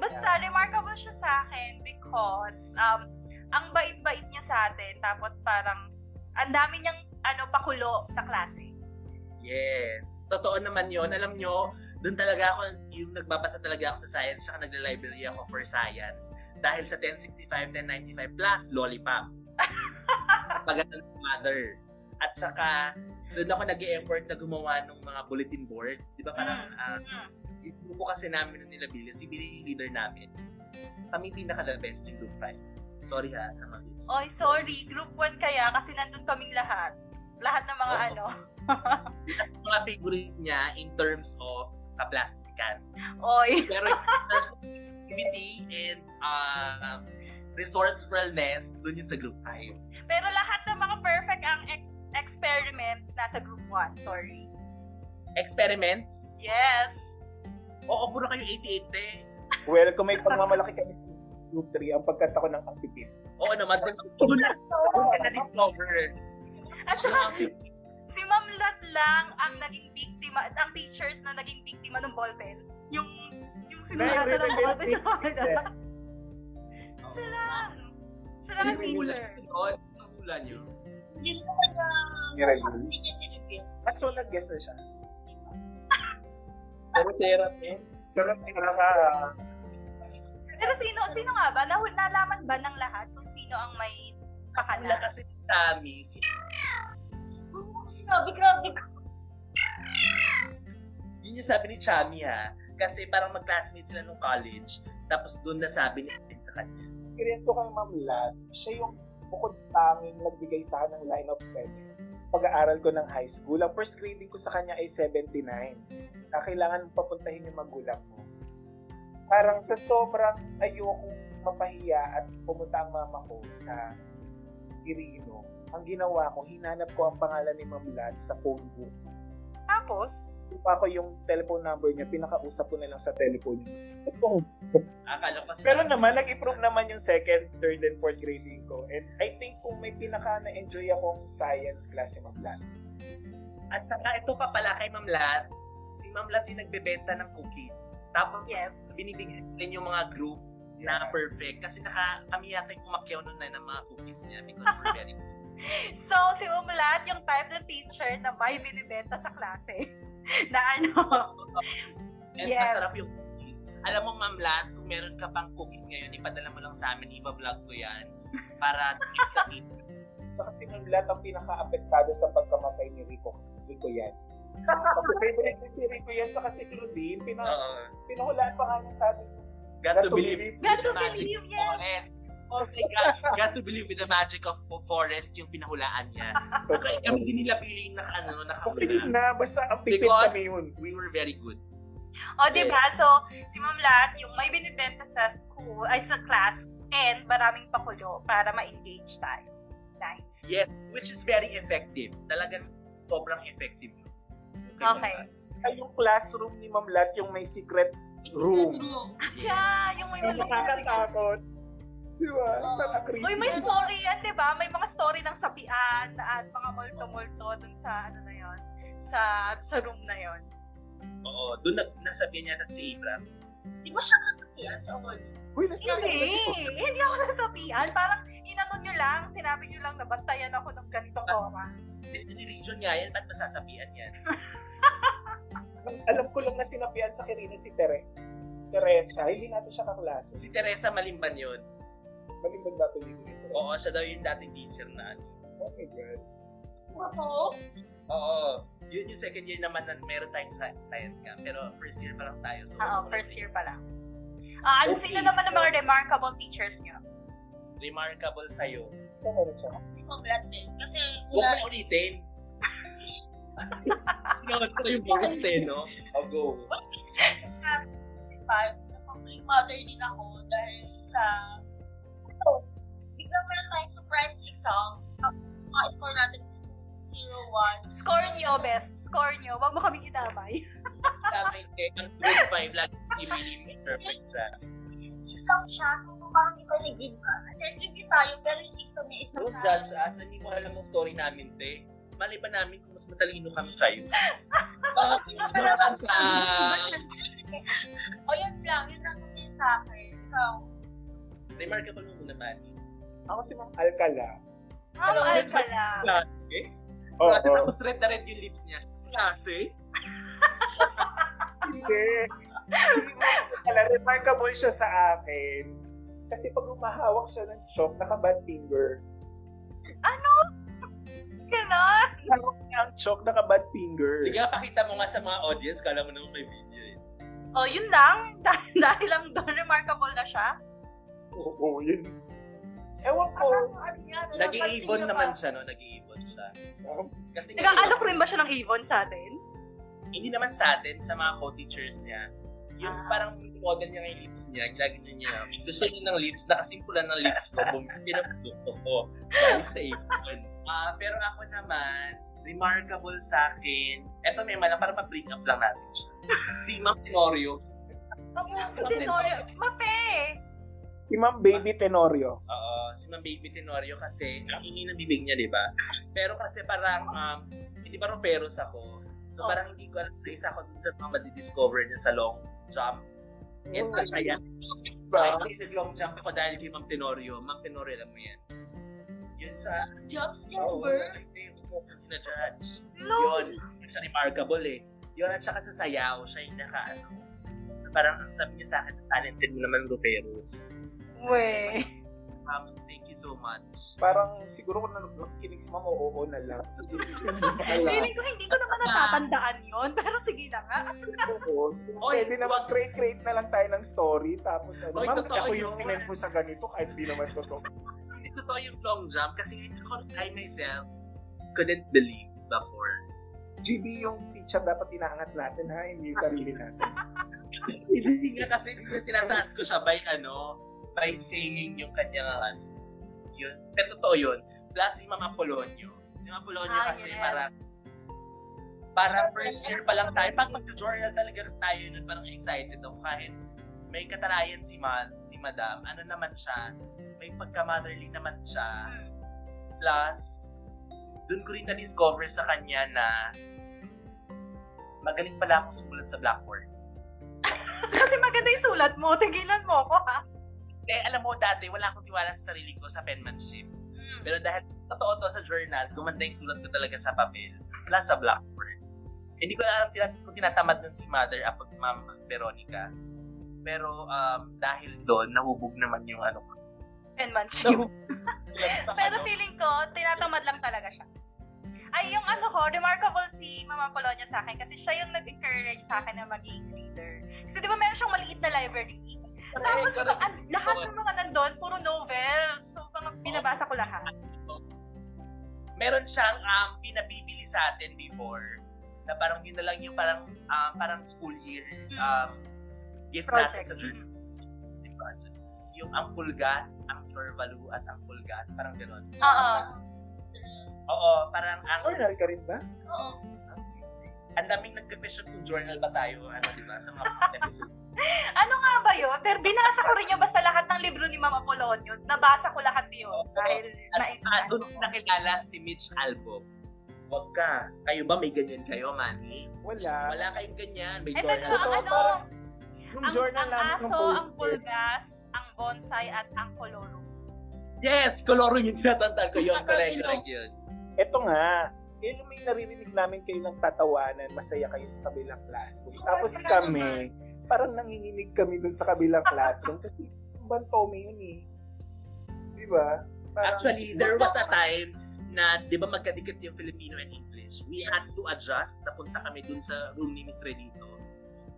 Speaker 1: basta remarkable siya sa akin because um ang bait-bait niya sa atin tapos parang ang dami niyang ano pakulo sa klase.
Speaker 4: Yes. Totoo naman yon. Alam nyo, doon talaga ako, yung nagbabasa talaga ako sa science, saka nagla-library ako for science. Dahil sa 1065, 1095 plus, lollipop. Pagatan ng mother. At saka, doon ako nag effort na gumawa ng mga bulletin board. Di ba parang, ah,
Speaker 1: Mm.
Speaker 4: yung grupo kasi namin na nila Bilis, si Billy yung leader namin. Kami pinaka-the best yung group 5. Sorry ha, sa mga groups.
Speaker 1: Oy, sorry, group 1 kaya kasi nandun kaming lahat. Lahat ng mga
Speaker 4: Oo.
Speaker 1: ano.
Speaker 4: Mga favorite niya in terms of kaplastikan.
Speaker 1: Oy.
Speaker 4: Pero in terms of activity and um, resourcefulness, dun yun sa group 5.
Speaker 1: Pero lahat ng mga perfect ang ex- experiments nasa group 1. Sorry.
Speaker 4: Experiments?
Speaker 1: Yes.
Speaker 4: Oo, puro kayo 88 eh.
Speaker 3: Well, kung may pagmamalaki kami sa group 3, ang pagkanta ko ng kapitin.
Speaker 4: Oo naman, dun dun na dun ka na-discover.
Speaker 1: At saka si Ma'am Lat lang ang naging biktima at ang teachers na naging biktima ng ballpen. Yung yung sinulatan ng ballpen sa kanila. Sila lang. Sila lang teacher.
Speaker 4: Ang hula nyo.
Speaker 2: Hindi naman na
Speaker 3: Meron
Speaker 2: masyadong
Speaker 3: yun.
Speaker 2: hindi niya tinibig.
Speaker 4: Ah,
Speaker 3: Kaso nag-guess na siya.
Speaker 4: Pero eh, therapy.
Speaker 3: Pero pinaka,
Speaker 1: Pero sino sino nga ba? Nahu- nalaman ba ng lahat kung sino ang may tips pa
Speaker 4: Wala
Speaker 1: kanila?
Speaker 4: kasi si Tami, si
Speaker 2: Huwag mo ko sinabi, grabe ka.
Speaker 4: yun yung sabi ni Chami ha. Kasi parang mag-classmate sila nung college. Tapos doon na sabi ni sa kanya.
Speaker 3: experience ko kay Ma'am Lat, siya yung bukod tanging nagbigay sa akin ng line of 7. Pag-aaral ko ng high school, ang first grading ko sa kanya ay 79. Na kailangan papuntahin yung magulang mo. Parang sa sobrang ayoko mapahiya at pumunta ang mama ko sa Irino, ang ginawa ko, hinanap ko ang pangalan ni Ma'am Lat sa phone book.
Speaker 1: Tapos,
Speaker 3: pa ako yung telephone number niya, pinakausap ko na lang sa telephone niya. Ito.
Speaker 4: Akala ko kasi...
Speaker 3: Pero naman, nag-improve naman yung second, third, and fourth grading ko. And I think kung may pinaka na-enjoy akong science class si Ma'am Lani.
Speaker 4: At saka ito pa pala kay Ma'am Lat, si Ma'am Lat yung nagbebenta ng cookies. Tapos
Speaker 1: Yes.
Speaker 4: binibigyan din yung mga group na perfect kasi naka kami yata yung kumakyaw nun na ng mga cookies niya because we're very
Speaker 1: So, si Umulat, yung type ng teacher na may binibenta sa klase. na ano,
Speaker 4: and
Speaker 1: Yes.
Speaker 4: masarap yung cookies. Alam mo Ma'am Lat, kung meron ka pang cookies ngayon, ipadala mo lang sa amin, iba-vlog ko yan para extra kita.
Speaker 3: Saka si Ma'am Lat ang pinaka-apektado sa pagkamatay ni Rico. Rico yan. Favorite ni si Rico yan sa kasi Claudine. Pina,
Speaker 4: Oo.
Speaker 3: pinahulaan pa nga niya sa atin.
Speaker 4: Got to believe
Speaker 1: got to
Speaker 4: the magic
Speaker 1: believe,
Speaker 4: of
Speaker 1: yes.
Speaker 4: forest. Oh my God, got to believe with the magic of forest yung pinahulaan niya. Kaya kami din nila piling na ano,
Speaker 3: Okay
Speaker 4: nakahula.
Speaker 3: na, basta ang pipit
Speaker 4: Because
Speaker 3: kami yun.
Speaker 4: we were very good.
Speaker 1: O, di ba? So, si Ma'am Lat, yung may binibenta sa school, ay sa class, and maraming pakulo para ma-engage tayo. Nice.
Speaker 4: Yes, which is very effective. Talagang sobrang effective. diba?
Speaker 1: Okay.
Speaker 3: Ay, yung classroom ni Ma'am Lat, yung may secret. Room.
Speaker 2: Room. Room.
Speaker 1: Yeah, yung may
Speaker 3: Yung
Speaker 1: mga...
Speaker 3: nakakatakot. Diba? Di ba? Nakakritis.
Speaker 1: Uy, may story yan, di ba? May mga story ng sapian at mga multo-multo dun sa, ano na yun, sa, sa room na yun.
Speaker 4: Oo, doon nag nasabihan niya na si Ibram.
Speaker 2: Di ba siya nasakian sa all?
Speaker 3: Uy, nakakritis.
Speaker 1: Hindi! Hindi ako nasabihan. Parang inanon nyo lang, sinabi nyo lang na bantayan ako ng ganitong oras.
Speaker 4: Destiny region niya yan, ba't masasabihan yan?
Speaker 3: Ang alam ko lang na sinabihan sa Kirino si Tere. Si Resta, hindi natin siya kaklase.
Speaker 4: Si Teresa Malimban yun.
Speaker 3: Malimbag ba ito dito?
Speaker 4: Oo, siya daw yung dating teacher na ano.
Speaker 3: Oh my God.
Speaker 2: Ako?
Speaker 4: Oo, yun yung second year naman na meron tayong sci- science camp. Pero first year pa lang tayo. So
Speaker 1: Oo,
Speaker 4: wala
Speaker 1: oh, first
Speaker 4: tayong
Speaker 1: year pa lang. Ah, ano
Speaker 3: Okay.
Speaker 1: sino naman ang mga remarkable teachers nyo?
Speaker 4: Remarkable sa'yo.
Speaker 3: Ito ko siya.
Speaker 2: Si Ma'am Lat eh. Kasi
Speaker 4: Huwag
Speaker 2: wala
Speaker 4: mo ulitin. Gawin ko yung bonus eh, no? I'll go.
Speaker 2: Well, kasi sa kasi five, nasa mother din ako dahil sa ano, bigla meron tayong surprise exam. Tapos mga score natin is 0-1.
Speaker 1: Score nyo, best. Score nyo. Huwag mo kaming idamay.
Speaker 4: Sabi ko, eh, ang good five lagi i perfect siya.
Speaker 2: Exam siya, so parang iba na give ka. At then review tayo, pero yung exam niya is
Speaker 4: Don't judge us, hindi mo alam ang story namin, te. Malay ba namin kung mas matalino kami sa'yo? Bakit yung
Speaker 2: Pero
Speaker 4: mga
Speaker 2: ang O yun lang, yun lang din sa akin. Ikaw,
Speaker 4: Remarkable mo muna, Manny.
Speaker 3: Ako si Ma'am Alcala.
Speaker 1: Ah,
Speaker 4: Alam mo,
Speaker 1: mahal ka lang.
Speaker 4: Klase?
Speaker 3: Oo.
Speaker 4: Klase tapos red na red yung lips niya. Klase?
Speaker 3: Hindi. Hindi mo Alcala. Remarkable siya sa akin. Kasi pag umahawak siya ng chok, naka-bad finger.
Speaker 1: Ano? Ganon?
Speaker 3: Hawak niya ang chok, naka-bad finger.
Speaker 4: Sige, pakita mo nga sa mga audience, kala mo naman may video eh.
Speaker 1: Oh, yun lang. Dah- dahil lang doon remarkable na siya.
Speaker 3: Oo, yun. Ewan ko.
Speaker 2: parang ano yan, ano, pansin
Speaker 4: Nag-iibon naman
Speaker 2: niyo
Speaker 4: siya, no? Nag-iibon siya. Kasi
Speaker 1: Nag-aalok rin ba siya ng Avon sa atin?
Speaker 4: hindi naman sa atin, sa mga co-teachers niya, yung
Speaker 1: Ah.
Speaker 4: parang model niya ng lips niya, ginagano niya. Gusto niya ng lips, nakasimpulan ng lips ko, pinapagluto ko. Galing sa ipon. Ah, pero ako naman, remarkable sa akin, eto may malang, para ma-bring up lang natin siya. Si Ma'am Tenorio. Si Ma'am Tenorio.
Speaker 1: Mape!
Speaker 3: Si Ma'am Baby Tenorio.
Speaker 4: Oo, si Ma'am Baby Tenorio kasi, ang ini ng bibig niya, di ba? Pero kasi parang, um, hindi ba roperos ako?
Speaker 1: Oh.
Speaker 4: So parang hindi ko alam na isa ako dun sa mga madidiscover niya sa long jump. And
Speaker 1: Oh,
Speaker 3: Oo,
Speaker 4: kaya
Speaker 3: diba?
Speaker 4: Ay, nag-long jump ako dahil kay Ma'am Tenorio. Ma'am Tenorio, alam mo yan. Yun sa... ano,
Speaker 2: pa. Jobs,
Speaker 4: Oo,
Speaker 2: Jennifer.
Speaker 4: ay, hindi. Huwag mo akong sinajudge.
Speaker 1: No!
Speaker 4: Yun. Siya remarkable eh. Yun, at saka sa sayaw, siya yung naka ano. Parang ang sabi niya sa akin, talented mo naman, Ruperos.
Speaker 1: We.
Speaker 4: Ma'am, thank you so much.
Speaker 3: Parang siguro kung nan- nakikinig si Ma'am, oo na lang.
Speaker 1: Feeling ko hindi ko naman natatandaan yon pero sige na nga.
Speaker 3: Tapos,
Speaker 4: Oy,
Speaker 3: pwede naman
Speaker 4: wag-
Speaker 3: create, create na lang tayo ng story. Tapos, ano,
Speaker 4: Oy,
Speaker 3: ma'am,
Speaker 4: totoo
Speaker 3: ako yung
Speaker 4: yun.
Speaker 3: sinend mo sa ganito, kahit di naman totoo.
Speaker 4: Hindi totoo yung long jump kasi ako, I myself couldn't believe before.
Speaker 3: GB yung teacher dapat inaangat natin, ha? Hindi yung sarili natin.
Speaker 4: Hindi nga kasi tinataas ko siya by ano, by saying yung kanyang ano. Yun. Pero totoo yun. Plus si Mama Polonio. Si Mama Polonio
Speaker 1: Ah,
Speaker 4: kasi
Speaker 1: yes.
Speaker 4: parang Parang first year pa lang tayo. Pag mag-journal talaga tayo nun, parang excited ako kahit may katalayan si, ma- si madam. Ano naman siya? May pagka-motherly naman siya. Plus, dun ko rin na-discover sa kanya na magaling pala akong sumulat sa blackboard.
Speaker 1: Kasi maganda yung sulat mo. Tigilan mo ako, ha?
Speaker 4: Kaya Eh, alam mo, dati wala akong tiwala sa sarili ko sa penmanship.
Speaker 1: Mm.
Speaker 4: Pero dahil totoo to sa journal, gumanda yung sulat ko talaga sa papel, plus sa blackboard. Hindi ko na alam tinat- kung tinatamad nun si mother apag ma'am Veronica. Pero um, dahil doon, nahubog naman yung ano ko.
Speaker 1: Penmanship.
Speaker 4: Nahubog. Sulat sa
Speaker 1: Pero
Speaker 4: ano.
Speaker 1: feeling ko, tinatamad lang talaga siya. Ay, yung ano ko, remarkable si Mama Colonia sa akin kasi siya yung nag-encourage sa akin na maging reader. Kasi di ba meron siyang maliit na library? Tapos
Speaker 4: Correct,
Speaker 1: ang,
Speaker 4: correct.
Speaker 1: lahat ng mga nandun, puro novels. So, mga binabasa ko lahat.
Speaker 4: meron siyang um, pinabibili sa atin before na parang yun na lang yung parang um, parang school year um, gift
Speaker 1: Mm.
Speaker 4: natin
Speaker 1: Project.
Speaker 4: sa journey. Yung ang pulgas, ang pure value, at ang pulgas. Parang gano'n.
Speaker 1: Oo.
Speaker 4: Oo, parang ang...
Speaker 3: Journal ka rin ba?
Speaker 2: Oo.
Speaker 4: Ang daming nagka-question kung journal ba tayo, ano, di ba, sa mga episode.
Speaker 1: Ano nga ba yun? Pero binasa ko rin yun basta lahat ng libro ni Mama Polonyo. Nabasa ko lahat yun.
Speaker 4: Oo.
Speaker 1: Dahil
Speaker 4: At
Speaker 1: na
Speaker 4: ah, doon ko nakilala si Mitch Albo. Huwag ka. Kayo ba may ganyan kayo, Manny?
Speaker 3: Wala.
Speaker 4: Wala kayong ganyan. May
Speaker 1: Ay, teka,
Speaker 4: journal.
Speaker 3: Ito,
Speaker 1: ano?
Speaker 3: parang Yung
Speaker 1: Ang,
Speaker 3: journal
Speaker 1: ang
Speaker 3: namin ng
Speaker 1: aso, ang
Speaker 3: poster.
Speaker 1: pulgas, ang bonsai, at ang koloro.
Speaker 4: Yes! Koloro yung tinatandaan ko. Yun, correct, correct yun.
Speaker 3: Ito nga, yun yung may naririnig namin kayo ng tatawanan, masaya kayo sa kabilang classroom.
Speaker 2: Super
Speaker 3: Tapos
Speaker 2: saya
Speaker 3: kami, parang nanginginig kami dun sa kabilang classroom kasi ibang Tommy yun eh. Di ba? Parang-
Speaker 4: Actually, there was a time na, di ba magkadikit yung Filipino and English. We had to adjust. Napunta kami dun sa room ni Miss Redito.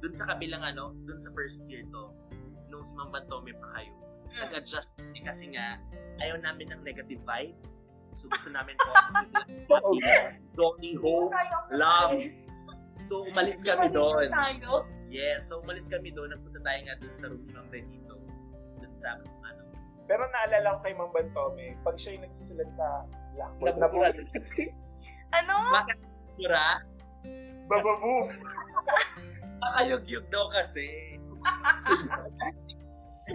Speaker 4: Dun sa kabilang ano, dun sa first year to, nung si Ma'am Bantome pa kayo. Nag-adjust kami kasi nga, ayaw namin ng negative vibes. So, gusto namin po.
Speaker 3: Oo nga.
Speaker 4: so, iho, love. So, umalis kami doon.
Speaker 2: Tayo.
Speaker 4: Yes, so umalis kami doon. Nagpunta tayo nga dun sa room ni Ma'am Redito. Dun sa, ano,
Speaker 3: Pero naalala ko kay Mang Bantome, pag siya yung nagsusulat sa blackboard,
Speaker 4: Nabuburat.
Speaker 3: nabuburat.
Speaker 1: Ano?
Speaker 4: bakit mura?
Speaker 3: Bababu!
Speaker 4: Nakayog-yog daw kasi.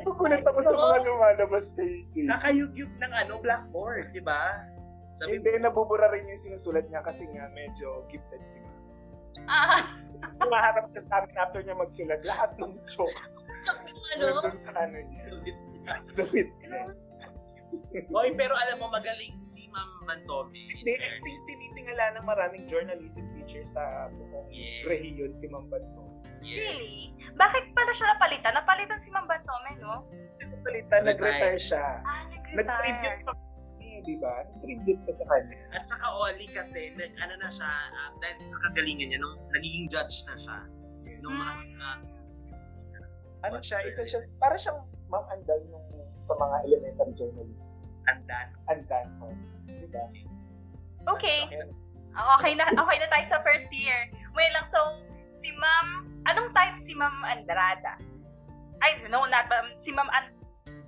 Speaker 3: Nagulat ako sa mga lumalabas pages.
Speaker 4: Nakayog-yog ng ano, blackboard, di ba? Sabi
Speaker 3: Hindi,
Speaker 4: mo,
Speaker 3: nabubura rin yung sinusulat niya kasi nga medyo gifted si Mang.
Speaker 1: Ah,
Speaker 3: Kumaharap siya sa amin after niya magsulat. Lahat ng joke
Speaker 2: Ano?
Speaker 3: nandun sa ano niya. Damit niya.
Speaker 4: Hoy, pero alam mo, magaling si Ma'am Mantome.
Speaker 3: Hindi, I think tinitingala ng maraming journalism teacher sa buong
Speaker 4: Yeah,
Speaker 3: rehiyon si Mang Bantome.
Speaker 4: yeah.
Speaker 1: really? Bakit pala siya napalitan? Napalitan si Ma'am Bantome, no?
Speaker 3: Balita, nag-retire siya.
Speaker 1: Ah,
Speaker 3: Nag-tribute
Speaker 1: nag-retire.
Speaker 3: pa eh, di ba? Nag-tribute pa sa kanya.
Speaker 4: At saka Oli kasi, nag, ano na siya, ah, dahil sa kagalingan niya, nung nagiging judge na siya. Nung mga, ah,
Speaker 3: Ano siya, isa siya, para siyang ma'am andal nung sa mga elementary journalism.
Speaker 4: andan.
Speaker 3: Andan, sorry. Di ba?
Speaker 1: Okay.
Speaker 3: Ayan.
Speaker 1: Ah, Okay na, okay na tayo sa first year. Wait lang, so, si Ma'am, anong type si Ma'am Andrada? Ay, no, not Ma'am, si Ma'am An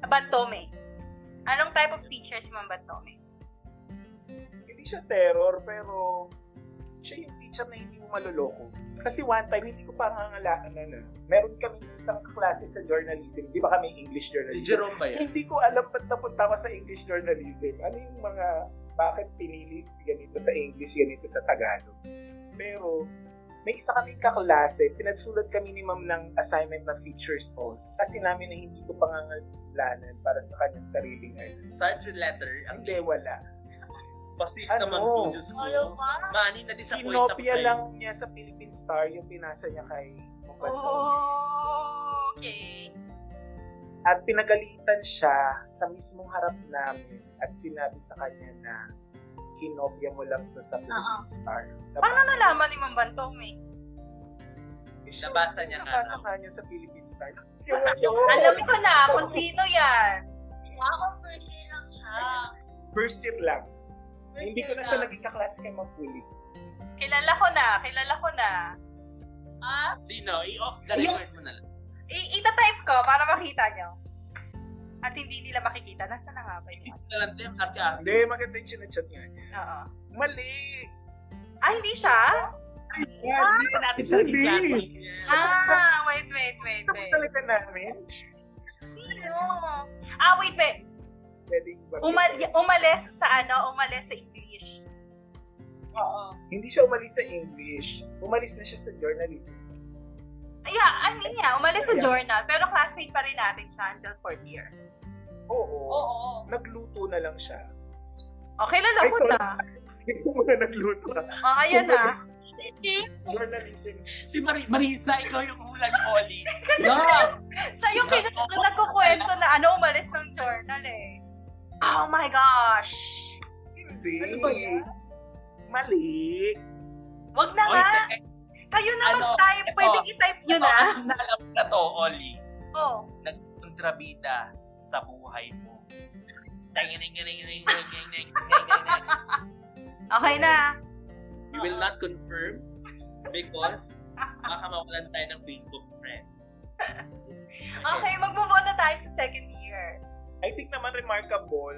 Speaker 1: Bantome. Anong type of teacher si Ma'am Bantome?
Speaker 3: Hindi siya terror, pero siya yung teacher na hindi mo maloloko. Kasi one time, hindi ko parang angalaan ano na na. Meron kami isang klase sa journalism. Di ba kami English
Speaker 4: Si
Speaker 3: journalism?
Speaker 4: Jerome ba yun?
Speaker 3: Hindi ko alam ba't napunta ako sa English journalism. Ano yung mga, bakit pinili si ganito sa English, ganito sa Tagalog. Pero, may isa kaming kaklase, pinagsulat kami ni ma'am ng assignment na features all. Kasi namin na hindi ko pangangalanan para sa kanyang sariling ngayon.
Speaker 4: Starts with letter. Ang
Speaker 3: eh. Hindi, wala.
Speaker 4: positive
Speaker 3: Ano?
Speaker 4: naman po, Diyos
Speaker 2: Ayaw
Speaker 4: ko.
Speaker 2: pa.
Speaker 4: Mani, na-disappoint ako sa'yo.
Speaker 3: Kinopia lang niya sa Philippine Star yung pinasa niya kay Mupantong.
Speaker 1: Oh, okay.
Speaker 3: At pinagalitan siya sa mismong harap namin at sinabi sa kanya na kinopia mo lang to sa Philippine Star.
Speaker 1: Paano nalaman ni Ma'am Bantome?
Speaker 4: Nabasa niya nga,
Speaker 3: Nabasa
Speaker 4: no?
Speaker 3: nga niya sa Philippine Star.
Speaker 1: Alam ko na kung sino yan.
Speaker 2: Ako, first year lang siya.
Speaker 3: First year lang.
Speaker 2: First
Speaker 3: Hindi ko
Speaker 2: year
Speaker 3: na siya
Speaker 2: lang.
Speaker 3: naging kaklase kay Mapuli.
Speaker 1: Kilala ko na, kilala ko na.
Speaker 2: Ah,
Speaker 4: Sino? I-off the record mo na lang.
Speaker 1: I- itatype ko para makita nyo. At hindi nila makikita. Nasa na nga ba yun?
Speaker 4: Hindi ko na lang din, Ate Abby.
Speaker 3: Hindi, maganda yung chinachat nga niya.
Speaker 1: Oo.
Speaker 3: Mali!
Speaker 1: Ah, hindi siya?
Speaker 3: Yan,
Speaker 4: Kaya natin siya
Speaker 3: Hindi.
Speaker 4: i-cancel. Yes.
Speaker 1: Ah, wait, wait, wait,
Speaker 3: ito
Speaker 1: wait.
Speaker 3: talaga namin.
Speaker 1: Sino? Ah, wait, wait.
Speaker 3: Pwedeng ba?
Speaker 1: Umal- umalis sa ano, umalis sa English.
Speaker 2: Oo.
Speaker 3: Hindi siya umalis sa English. Umalis na siya sa journalism.
Speaker 1: Yeah, I mean, yeah, umalis sa
Speaker 3: Yeah.
Speaker 1: journal. Pero classmate pa rin natin siya until fourth year.
Speaker 3: Oo.
Speaker 2: Oo.
Speaker 3: Nagluto na lang siya.
Speaker 1: Okay, lalago
Speaker 3: Ay,
Speaker 1: na.
Speaker 3: Hindi ko muna nagluto.
Speaker 1: O, ayan na.
Speaker 3: Journalism.
Speaker 4: Si Mari- Marisa, ikaw yung hulag, Polly.
Speaker 1: Kasi
Speaker 4: No.
Speaker 1: siya, siya yung pinag- nagkukwento na ano, umalis ng journal eh. Oh my gosh!
Speaker 3: Hindi.
Speaker 4: Ano ba yan?
Speaker 3: Mali.
Speaker 1: Wag na
Speaker 4: Oy,
Speaker 1: nga!
Speaker 4: teka,
Speaker 1: Kayo na
Speaker 4: ano,
Speaker 1: mag-type!
Speaker 4: ito.
Speaker 1: Pwede i-type nyo
Speaker 4: ito,
Speaker 1: na.
Speaker 4: alam na alam na to, Oli.
Speaker 1: Oh.
Speaker 4: Kontrabida sa buhay mo.
Speaker 1: Okay na.
Speaker 4: We will not confirm because baka mawalan tayo ng Facebook friend.
Speaker 1: Okay, mag-move on na tayo sa second year.
Speaker 3: I think naman remarkable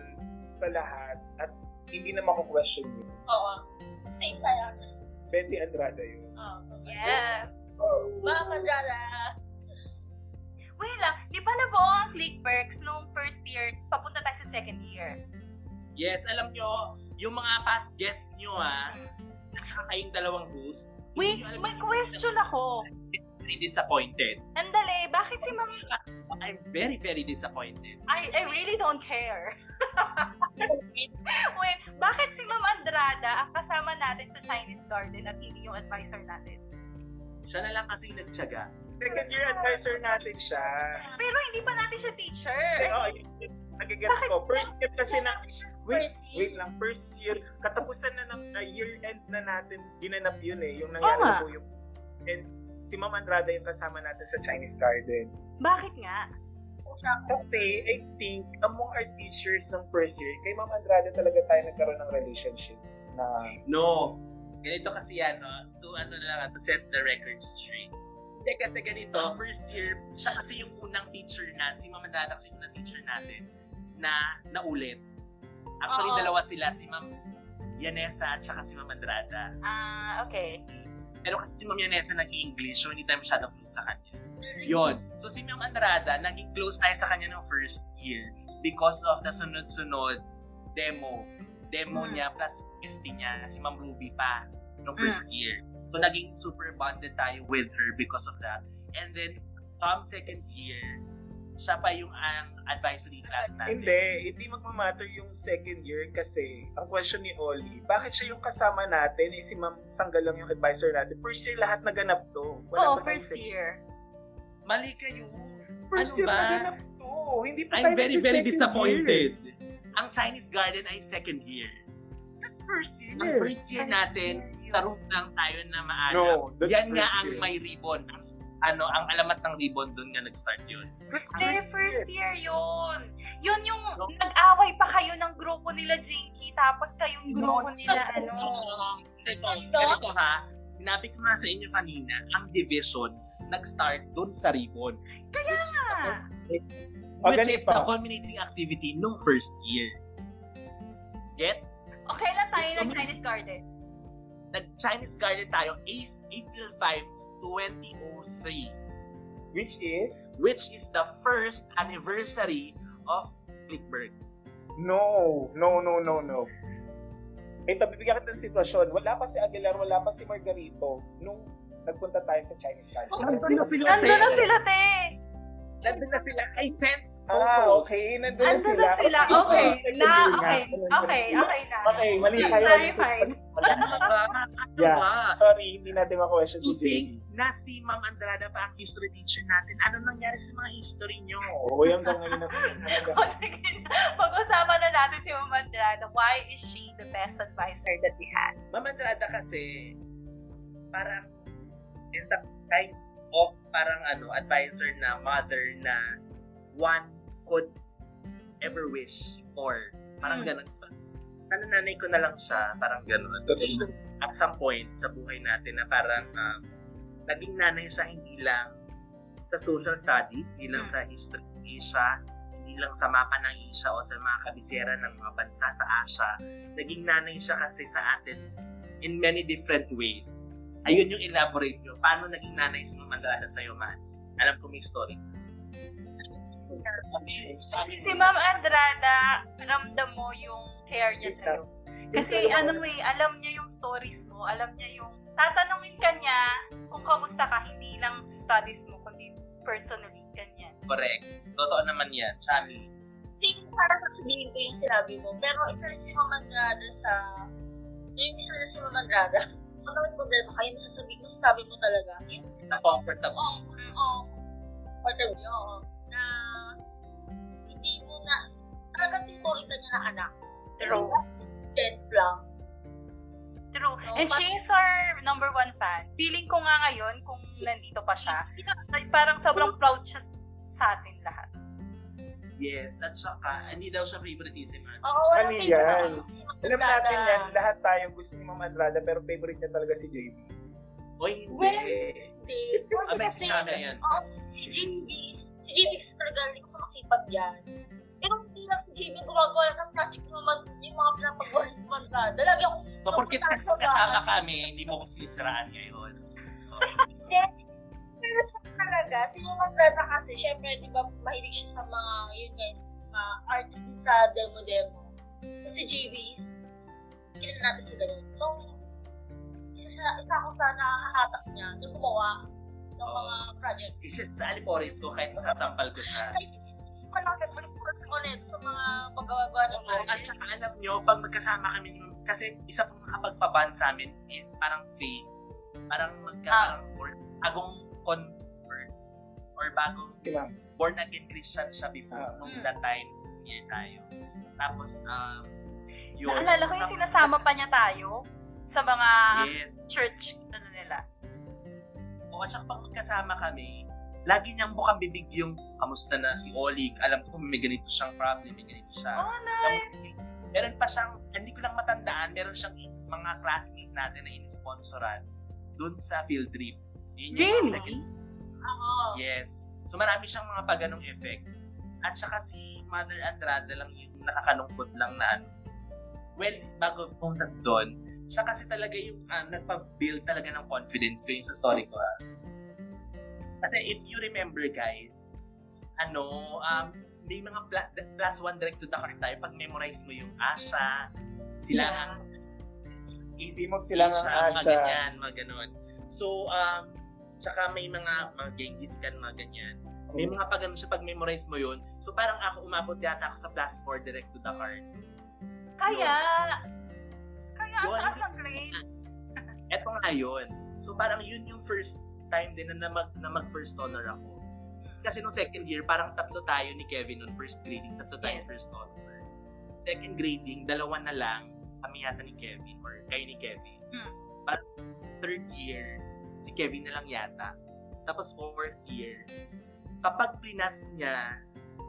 Speaker 3: sa lahat at hindi na mako-question yun.
Speaker 2: Oo. Same tayo actually.
Speaker 3: Betty Andrada yun.
Speaker 2: Oo.
Speaker 1: Yes.
Speaker 2: Mga kadrada.
Speaker 1: Wait lang, di ba nabuo ang Clickworks nung first year, papunta tayo sa second year?
Speaker 4: Yes, alam nyo, yung mga past guests nyo ah, at saka kayong dalawang host,
Speaker 1: Wait,
Speaker 4: hindi nyo alam
Speaker 1: may
Speaker 4: yung-
Speaker 1: question ako.
Speaker 4: Very disappointed.
Speaker 1: Andale, bakit si Ma'am...
Speaker 4: I'm very, very disappointed.
Speaker 1: I, I really don't care. Wait, bakit si Ma'am Andrada ang kasama natin sa Chinese Garden at hindi yung advisor natin?
Speaker 4: Siya na lang kasing nagtsaga.
Speaker 3: Second year advisor natin siya.
Speaker 1: Pero hindi pa natin siya teacher.
Speaker 3: Pero, oh, yun, yun. nagigets ko. First year kasi na, wait,
Speaker 2: First year.
Speaker 3: wait lang, first year, katapusan na ng na year end na natin, ginanap yun eh, yung nangyari
Speaker 1: Oo nga.
Speaker 3: po yung, and si Ma'am Andrada yung kasama natin sa Chinese Garden.
Speaker 1: Bakit nga?
Speaker 2: Oo, siya.
Speaker 3: Kasi, I think, among our teachers ng first year, kay Ma'am Andrada talaga tayo nagkaroon ng relationship na,
Speaker 4: No. Ganito kasi yan, no? to, ano na lang, to set the record straight. Hindi kasi ganito, first year, siya kasi yung unang teacher natin, si Ma'am Andrada kasi yung unang teacher natin, na naulit.
Speaker 2: Oo.
Speaker 4: Actually, dalawa sila, si Ma'am Yanesa at saka si Ma'am Andrada.
Speaker 1: Ah, okay.
Speaker 4: Pero kasi si Ma'am Yanesa nag-English, so hindi tayo masyadong close sa kanya. Yun. So si Ma'am Andrada, naging close tayo sa kanya ng first year because of the sunod-sunod demo. Demo
Speaker 1: Hmm.
Speaker 4: niya plus testing niya, si Ma'am Ruby pa nung
Speaker 3: Hmm.
Speaker 4: first year. So naging super bonded tayo with her because of that. And then, come second year, siya pa yung ang advisory class natin.
Speaker 3: hindi, hindi magmamatter yung second year kasi, ang question ni Oli, bakit siya yung kasama natin, eh si Ma'am Sanggalang yung advisor natin, first year lahat naganap to.
Speaker 1: Oo,
Speaker 3: pa tayong
Speaker 1: first
Speaker 3: second-
Speaker 1: year.
Speaker 4: Mali kayo.
Speaker 3: First
Speaker 4: Ano
Speaker 3: year
Speaker 4: ba?
Speaker 3: naganap to. Hindi pa
Speaker 4: I'm
Speaker 3: tayo nasa
Speaker 4: very, very
Speaker 3: second year.
Speaker 4: disappointed. Ang Chinese Garden ay second year.
Speaker 3: That's first year.
Speaker 4: Ang first year natin, tarong lang tayo na maanap.
Speaker 3: No, that's
Speaker 4: Yan nga
Speaker 3: first
Speaker 4: ang
Speaker 3: year.
Speaker 4: may ribbon. Ang, ano, ang alamat ng ribbon doon nga nag-start yun.
Speaker 3: That's
Speaker 1: Very first year yun. Yun yung nag-away pa kayo ng grupo nila, Jinky, tapos kayong grupo nila, ano.
Speaker 4: Ganito, ganito ha, sinabi ko nga sa inyo kanina, ang division nag-start doon sa ribbon.
Speaker 1: Kaya nga.
Speaker 3: Ah,
Speaker 4: Which
Speaker 3: ganito.
Speaker 4: is the culminating activity nung first year. Gets?
Speaker 1: Okay lang tayo ng Chinese Garden.
Speaker 4: Nag-Chinese Garden tayo 8, April 5, 2003.
Speaker 3: Which is?
Speaker 4: Which is the first anniversary of Clickbird.
Speaker 3: No, no, no, no, no. Ito, bibigyan kita ng sitwasyon. Wala pa si Aguilar, wala pa si Margarito nung nagpunta tayo sa Chinese Garden.
Speaker 2: Oh,
Speaker 4: Nandun na sila,
Speaker 1: Nandun na
Speaker 4: te.
Speaker 1: sila, te.
Speaker 4: Nandun na sila. I sent
Speaker 3: Ah,
Speaker 4: photos.
Speaker 3: okay. Nandun na
Speaker 1: Nandun
Speaker 3: sila.
Speaker 1: oh, na sila. Okay. Na, okay. Okay, okay na. Hmm,
Speaker 3: Okay, mali tayo.
Speaker 1: Clarified.
Speaker 3: Wala.
Speaker 4: Ano ba? Ano
Speaker 3: Yeah.
Speaker 4: ba?
Speaker 3: Sorry, hindi natin ma-question si
Speaker 4: To
Speaker 3: Jenny.
Speaker 4: think na si Ma'am Andrada pa ang history teacher natin. Ano nangyari sa mga history nyo?
Speaker 3: Oo, hanggang ngayon na.
Speaker 1: O Oh, sige na, pag-usapan na natin si Ma'am Andrade. Why is she the best advisor that we had?
Speaker 4: Ma'am Andrada kasi parang is the kind of parang ano advisor na mother na one could ever wish for. Parang
Speaker 1: Hmm.
Speaker 4: ganun. Sana nanay ko na lang siya. Parang ganun. At some point sa buhay natin na parang um, naging nanay siya hindi lang sa social studies, hindi lang sa history ng Asia, hindi lang sa mapa ng Asia o sa mga kabisera ng mga bansa sa Asia. Naging nanay siya kasi sa atin in many different ways. Ayun yung elaborate nyo. Paano naging nanay si Ma'am Andala sa'yo, man? Alam ko may story.
Speaker 1: Kasi si Ma'am Andrada, ramdam mo yung care niya sa'yo. Kasi ano eh, alam niya yung stories mo, alam niya yung tatanungin ka niya kung kamusta ka, hindi lang sa studies mo, kundi personally, ganyan.
Speaker 4: Correct. Totoo naman yan. Chami.
Speaker 2: Same para sa sabihin ko yung sinabi mo. Pero ito rin si Mama Andrada sa... Yung isa na si Mama Andrada. Kung may problema kayo, masasabi, masasabi mo talaga. Yung oh,
Speaker 4: Na-comfortable.
Speaker 2: Oo, oo. Or the oo. oh, Na hindi mo na, talagang tinuring ka niya ng anak.
Speaker 1: True.
Speaker 2: That's dead lang.
Speaker 1: True. And she's our number one fan. Feeling ko nga ngayon, kung nandito pa siya, ay parang sobrang proud siya sa atin lahat.
Speaker 4: Yes. At saka, hindi daw siya favoritism. ah.
Speaker 2: Oo, walang
Speaker 3: Mali
Speaker 2: favorite
Speaker 3: Ano yan.
Speaker 2: kasi si Mama
Speaker 3: Alam
Speaker 2: Andrada.
Speaker 3: natin yan, lahat tayo gusto ni Mama Andrada pero favorite niya talaga si JB.
Speaker 4: Uy,
Speaker 2: Well,
Speaker 4: hindi.
Speaker 2: Hindi.
Speaker 4: Abay,
Speaker 2: Kasi,
Speaker 4: si Chami yan.
Speaker 2: oo, si JB, si JB kasi talaga hindi ko sa masipag yan. Pero hindi lang si JB gumagawa ng project naman yung mga pinapagawa ng mandada. Lagi akong
Speaker 4: So, porkit
Speaker 2: napunta sa
Speaker 4: kasama kami, hindi mo ko sinisiraan ngayon.
Speaker 2: Pero talaga, si Mama Greta kasi, syempre, di ba, mahilig siya sa mga, yun guys, mga arts din sa demo-demo. So, si JB is, is kilala natin sila nun. So, isa siya, isa ako sa nakakahatak niya nung gumawa ng mga project.
Speaker 4: Isa sa alipores ko, kahit nakatampal ko siya.
Speaker 2: Ay, isip pa lang, nagpalagpuras ko ulit sa mga paggawa-gawa ng
Speaker 4: Oo, at saka alam nyo, pag magkasama kami, nun- kasi isa pang nakapagpaban sa amin is parang faith. Parang magkaroon or bagong convert or bagong
Speaker 3: Si Ma'am.
Speaker 4: born again Christian siya before
Speaker 3: Ah.
Speaker 4: nung
Speaker 1: Mm.
Speaker 4: that time near tayo. Tapos, um, yun.
Speaker 1: Naalala ko yung sinasama pa niya tayo sa mga
Speaker 4: Yes.
Speaker 1: church, ano nila.
Speaker 4: O, at saka pag magkasama kami, lagi niyang bukang bibig yung kamusta na si Olig. Alam ko may ganito siyang problem, may ganito siya.
Speaker 1: Oh, nice!
Speaker 4: meron pa siyang, hindi ko lang matandaan, meron siyang mga classmate natin na in-sponsoran dun sa field trip. Yun yung
Speaker 1: Really?
Speaker 4: second-
Speaker 2: Ako.
Speaker 4: Yes. So marami siyang mga paganong effect. At saka si Mother Andrada lang yung nakakalungkot lang na ano. Well, bago pumunta doon, siya kasi talaga yung ah, nagpa-build talaga ng confidence ko yung sa story ko. ah. Kasi if you remember guys, ano, um, may mga pla- plus one direct to the card tayo pag memorize mo yung Asha, sila ang
Speaker 3: Simog sila ng
Speaker 4: Siya, Mga
Speaker 3: Asha.
Speaker 4: ganyan, mga ganun. So, um, tsaka may mga, mga Genghis kan, mga ganyan. May mga pag ano siya, pag-memorize mo yun. So, parang ako umabot yata ako sa plus 4 direct to the card.
Speaker 1: Kaya, kaya ang
Speaker 4: Yun.
Speaker 1: taas ng grade.
Speaker 4: Eto nga yun. So, parang yun yung first time din na, mag, na mag-first honor ako. Kasi nung second year, parang tatlo tayo ni Kevin nung first grading. Tatlo tayo
Speaker 1: Yes.
Speaker 4: first honor. Second grading, dalawa na lang kami yata ni Kevin or kayo ni Kevin.
Speaker 1: Hmm.
Speaker 4: Parang third year, si Kevin na lang yata. Tapos fourth year, kapag pinas niya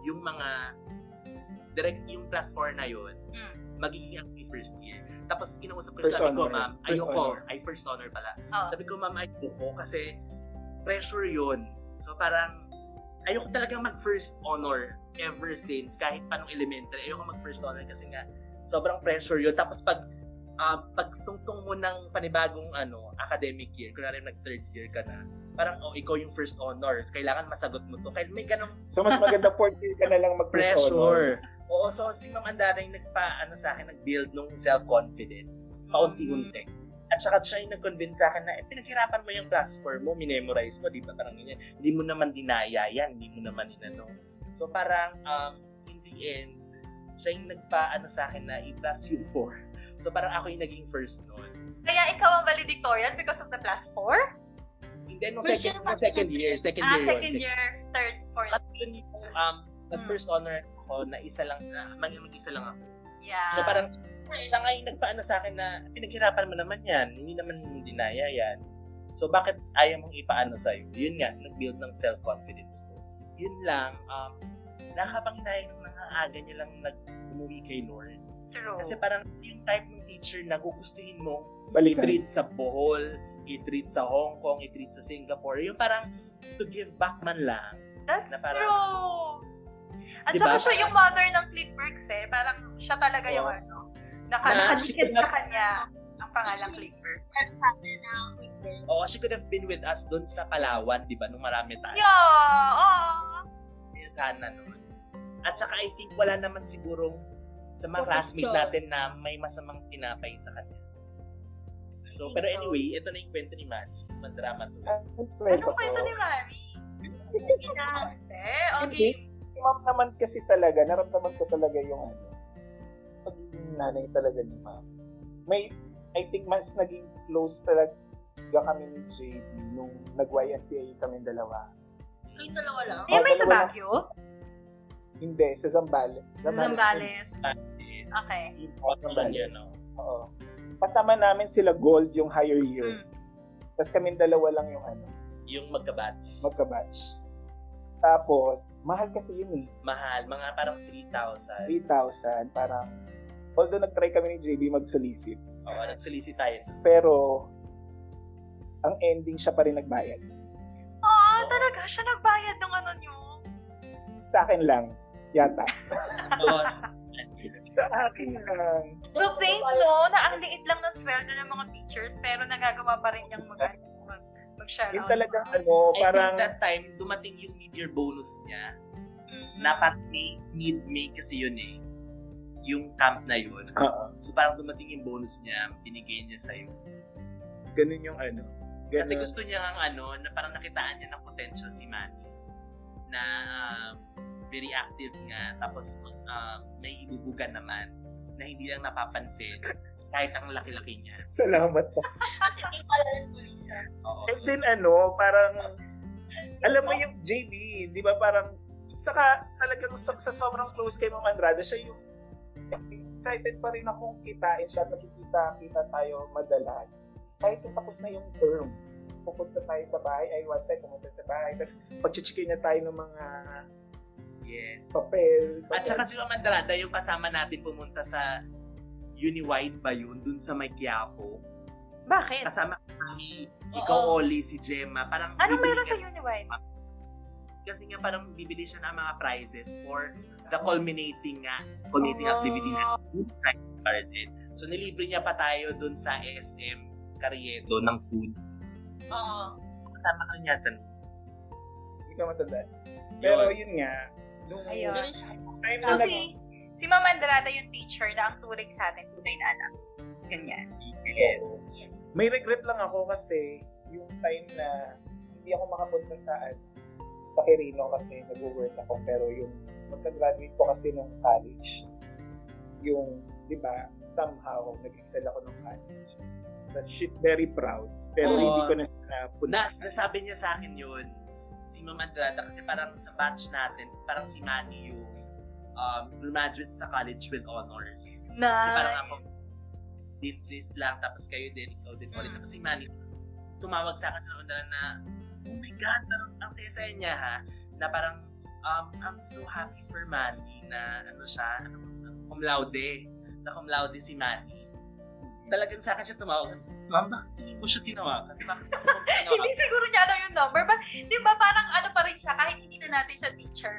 Speaker 4: yung mga direct yung plus 4 na yun,
Speaker 1: Hmm.
Speaker 4: magiging ang first year. Tapos kinausap ko,
Speaker 3: First
Speaker 4: sabi ko,
Speaker 3: honor.
Speaker 4: ma'am,
Speaker 3: First
Speaker 4: ayoko,
Speaker 3: honor.
Speaker 4: ay first honor pala.
Speaker 1: Oh.
Speaker 4: Sabi ko, ma'am, ayoko kasi pressure yun. So parang, ayoko talaga mag-first honor ever since, kahit pa nung elementary. Ayoko mag-first honor kasi nga, sobrang pressure yun. Tapos pag, ah, pag tungtong mo ng panibagong ano, academic year, kunwari nag-third year ka na, parang, oh, ikaw yung first honor. Kailangan masagot mo to. Kaya may ganong
Speaker 3: So mas maganda fourth year ka na lang mag-first honor.
Speaker 4: pressure. Oo, so si Ma'am Andara yung nagpa, ano sa akin, nag-build nung self-confidence. Paunti-unti. At saka siya yung nag-convince sa akin na, eh, pinaghirapan mo yung platform mo, minemorize mo, di ba? Parang ganyan. Hindi mo naman dinaya yan, hindi mo naman inano. So parang, um, in the end, siya yung nagpa, ano sa akin na, i-plus yung 4. So parang ako yung naging first noon.
Speaker 1: Kaya ikaw ang valedictorian because of the plus 4?
Speaker 4: And then, nung
Speaker 2: First year
Speaker 4: second,
Speaker 2: pa-
Speaker 4: nung second year, second
Speaker 1: Ah,
Speaker 4: year yun,
Speaker 1: second year, third, fourth.
Speaker 4: At yun yung, um, nag-first honor ako na isa lang, na, mag-isa lang ako.
Speaker 1: Yeah.
Speaker 4: So parang siya nga yung nagpaano sa akin na pinaghirapan mo naman yan, hindi naman mo dinaya yan. So bakit ayaw mong ipaano sa'yo? Yun nga, nag-build ng self-confidence ko. Yun lang, um, nakapanghinayang nung nangaaga niya ah, lang nag-umuwi kay Lord.
Speaker 1: True.
Speaker 4: Kasi parang yung type ng teacher na gugustuhin mong
Speaker 3: Balikan.
Speaker 4: i-treat sa Bohol, i-treat sa Hong Kong, i-treat sa Singapore. Yung parang to give back man lang.
Speaker 1: That's
Speaker 4: na parang-
Speaker 1: true. At
Speaker 4: Diba?
Speaker 1: saka siya yung mother ng Clickworks eh. Parang siya talaga yung
Speaker 4: Oo.
Speaker 1: ano, naka,
Speaker 4: Na-
Speaker 1: nakadikit sa kanya ang pangalang Clickworks.
Speaker 2: Sabi na,
Speaker 4: Oo, she could have been with us doon sa Palawan, di ba? Nung marami tayo.
Speaker 1: Yeah, oh.
Speaker 4: Kaya sana nun. At saka I think wala naman sigurong sa mga
Speaker 2: Focus
Speaker 4: classmate
Speaker 2: siya.
Speaker 4: natin na may masamang tinapay sa kanya. So,
Speaker 2: think so.
Speaker 4: pero anyway, ito na yung kwento ni Manny. Madrama to.
Speaker 1: Anong kwento ni Manny? Hindi, okay.
Speaker 3: Si ma'am naman kasi talaga, naramdaman ko talaga yung ano, pagiging nanay talaga ni ma'am. May, I think mas naging close talaga kami ni JD nung nag-YMCA kami dalawa.
Speaker 2: Kayong dalawa lang?
Speaker 1: Hindi may sa Baguio?
Speaker 3: Hindi, sa Zambales.
Speaker 1: Sa Zambales.
Speaker 4: Manny.
Speaker 1: Okay.
Speaker 4: Naman yun, no?
Speaker 3: Oo. Kasama namin sila Gold yung higher year.
Speaker 1: Mm.
Speaker 3: Tapos kami dalawa lang yung ano,
Speaker 4: Yung magka-batch.
Speaker 3: magka-batch. Tapos, mahal kasi yun eh.
Speaker 4: Mahal, mga parang 3,000.
Speaker 3: 3,000, parang, although nag-try kami ni JB mag-solicit,
Speaker 4: Oo, nagsulisi tayo.
Speaker 3: pero, ang ending siya pa rin nagbayad.
Speaker 1: Oo, talaga. Siya nagbayad ng ano niyo.
Speaker 3: Sa akin lang, yata.
Speaker 4: Oo,
Speaker 3: Sa akin lang.
Speaker 1: To think, no, na ang liit lang ng sweldo ng mga teachers, pero nagagawa pa rin niyang mag- mag- mag-share
Speaker 3: Yun
Speaker 1: out.
Speaker 3: talagang ano,
Speaker 4: I
Speaker 3: parang,
Speaker 4: think that time, dumating yung mid-year bonus niya.
Speaker 1: Mm.
Speaker 4: Napat-May, mid-May kasi yun eh. Yung camp na yun.
Speaker 3: Oo.
Speaker 4: So parang dumating yung bonus niya, binigay niya sa'yo.
Speaker 3: ganun yung ano. Ganun.
Speaker 4: Kasi gusto niya ang ano, na parang nakitaan niya ng potential si Manny. Na um, very active nga, tapos um, may ibubugan naman na hindi lang napapansin kahit ang laki-laki niya.
Speaker 3: Salamat po.
Speaker 2: Ate, may palalan ko Lisa.
Speaker 4: Oo.
Speaker 3: And then ano, parang, alam mo yung JB, di ba parang, saka talagang sa, sa sobrang close kay Ma'am Andrada, siya yung excited pa rin akong kitain siya at nakikita-kita tayo madalas. Kahit yung tapos na yung term, pupunta tayo sa bahay, ay one time pumunta sa bahay, tapos pagchichikin niya tayo ng mga
Speaker 4: Yes.
Speaker 3: papel. papel.
Speaker 4: At saka si Ma'am Andrada, yung kasama natin pumunta sa Uniwide ba yun? Dun sa may Quiapo.
Speaker 1: Bakit?
Speaker 4: Kasama kami, ikaw, Oli, si Gemma. Parang
Speaker 1: Ano
Speaker 4: bibili
Speaker 1: meron
Speaker 4: ka-
Speaker 1: sa Uniwide?
Speaker 4: Kasi nga parang bibili siya ng mga prizes for the culminating nga, culminating activity na food time garden. So nilibre niya pa tayo dun sa SM Carriedo ng food.
Speaker 2: Oo.
Speaker 4: Tama ka niya tan.
Speaker 3: hindi ka matanda. Pero yun nga, nung
Speaker 1: Ayun.
Speaker 2: Ganun siya.
Speaker 3: time na
Speaker 1: So,
Speaker 3: nag-
Speaker 1: si, si Ma'am Andrada yung teacher na ang turing sa atin, tunay na anak. Ganyan.
Speaker 4: Yes.
Speaker 2: Yes.
Speaker 3: May regret lang ako kasi yung time na hindi ako makapunta sa ano, sa Quirino kasi nag-work ako pero yung magka-graduate ko kasi nung college yung di ba somehow nag-excel ako nung college that's shit very proud pero
Speaker 4: Oo.
Speaker 3: hindi ko na siya napunta
Speaker 4: Nas, nasabi niya sa akin yun, si Ma'am Andrada, kasi parang sa batch natin, parang si Manny yung um, graduate sa college with honors. Kasi parang ako,
Speaker 1: Nice.
Speaker 4: din sis lang, tapos kayo din, ikaw din, ulit.
Speaker 1: Mm.
Speaker 4: Tapos si Manny, tapos tumawag sa akin sa Mandala na, oh my God, parang ang saya-saya niya ha, na parang, um, I'm so happy for Manny na ano siya, ano, cum laude, na cum laude si Manny. Talagang sa akin siya tumawag, Ma'am, bakit hindi mo siya tinawagan? Bakit hindi mo siya tinawagan?"
Speaker 1: Hindi siguro niya alam yung number, but di ba parang ano pa rin siya, kahit hindi na natin siya teacher,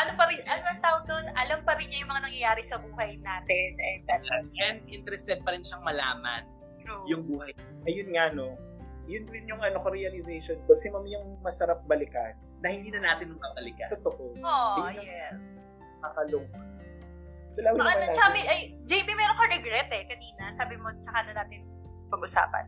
Speaker 1: ano pa rin, ano ang tawag doon, alam pa rin niya yung mga nangyayari sa buhay natin. And, ano,
Speaker 4: And interested pa rin siyang malaman
Speaker 1: true.
Speaker 4: yung buhay.
Speaker 3: ayun nga no yun rin yung ano ko realization ko si ma'am yung masarap balikan
Speaker 4: Na hindi na natin mapapalikan.
Speaker 3: totoo
Speaker 1: Oh,
Speaker 3: Yun yung-
Speaker 1: yes.
Speaker 3: kakalungkot Dalawin
Speaker 1: Ano,
Speaker 3: naman
Speaker 1: Chami,
Speaker 3: natin.
Speaker 1: ay, JB, meron ka regret eh, kanina. Sabi mo, tsaka na natin pag-usapan.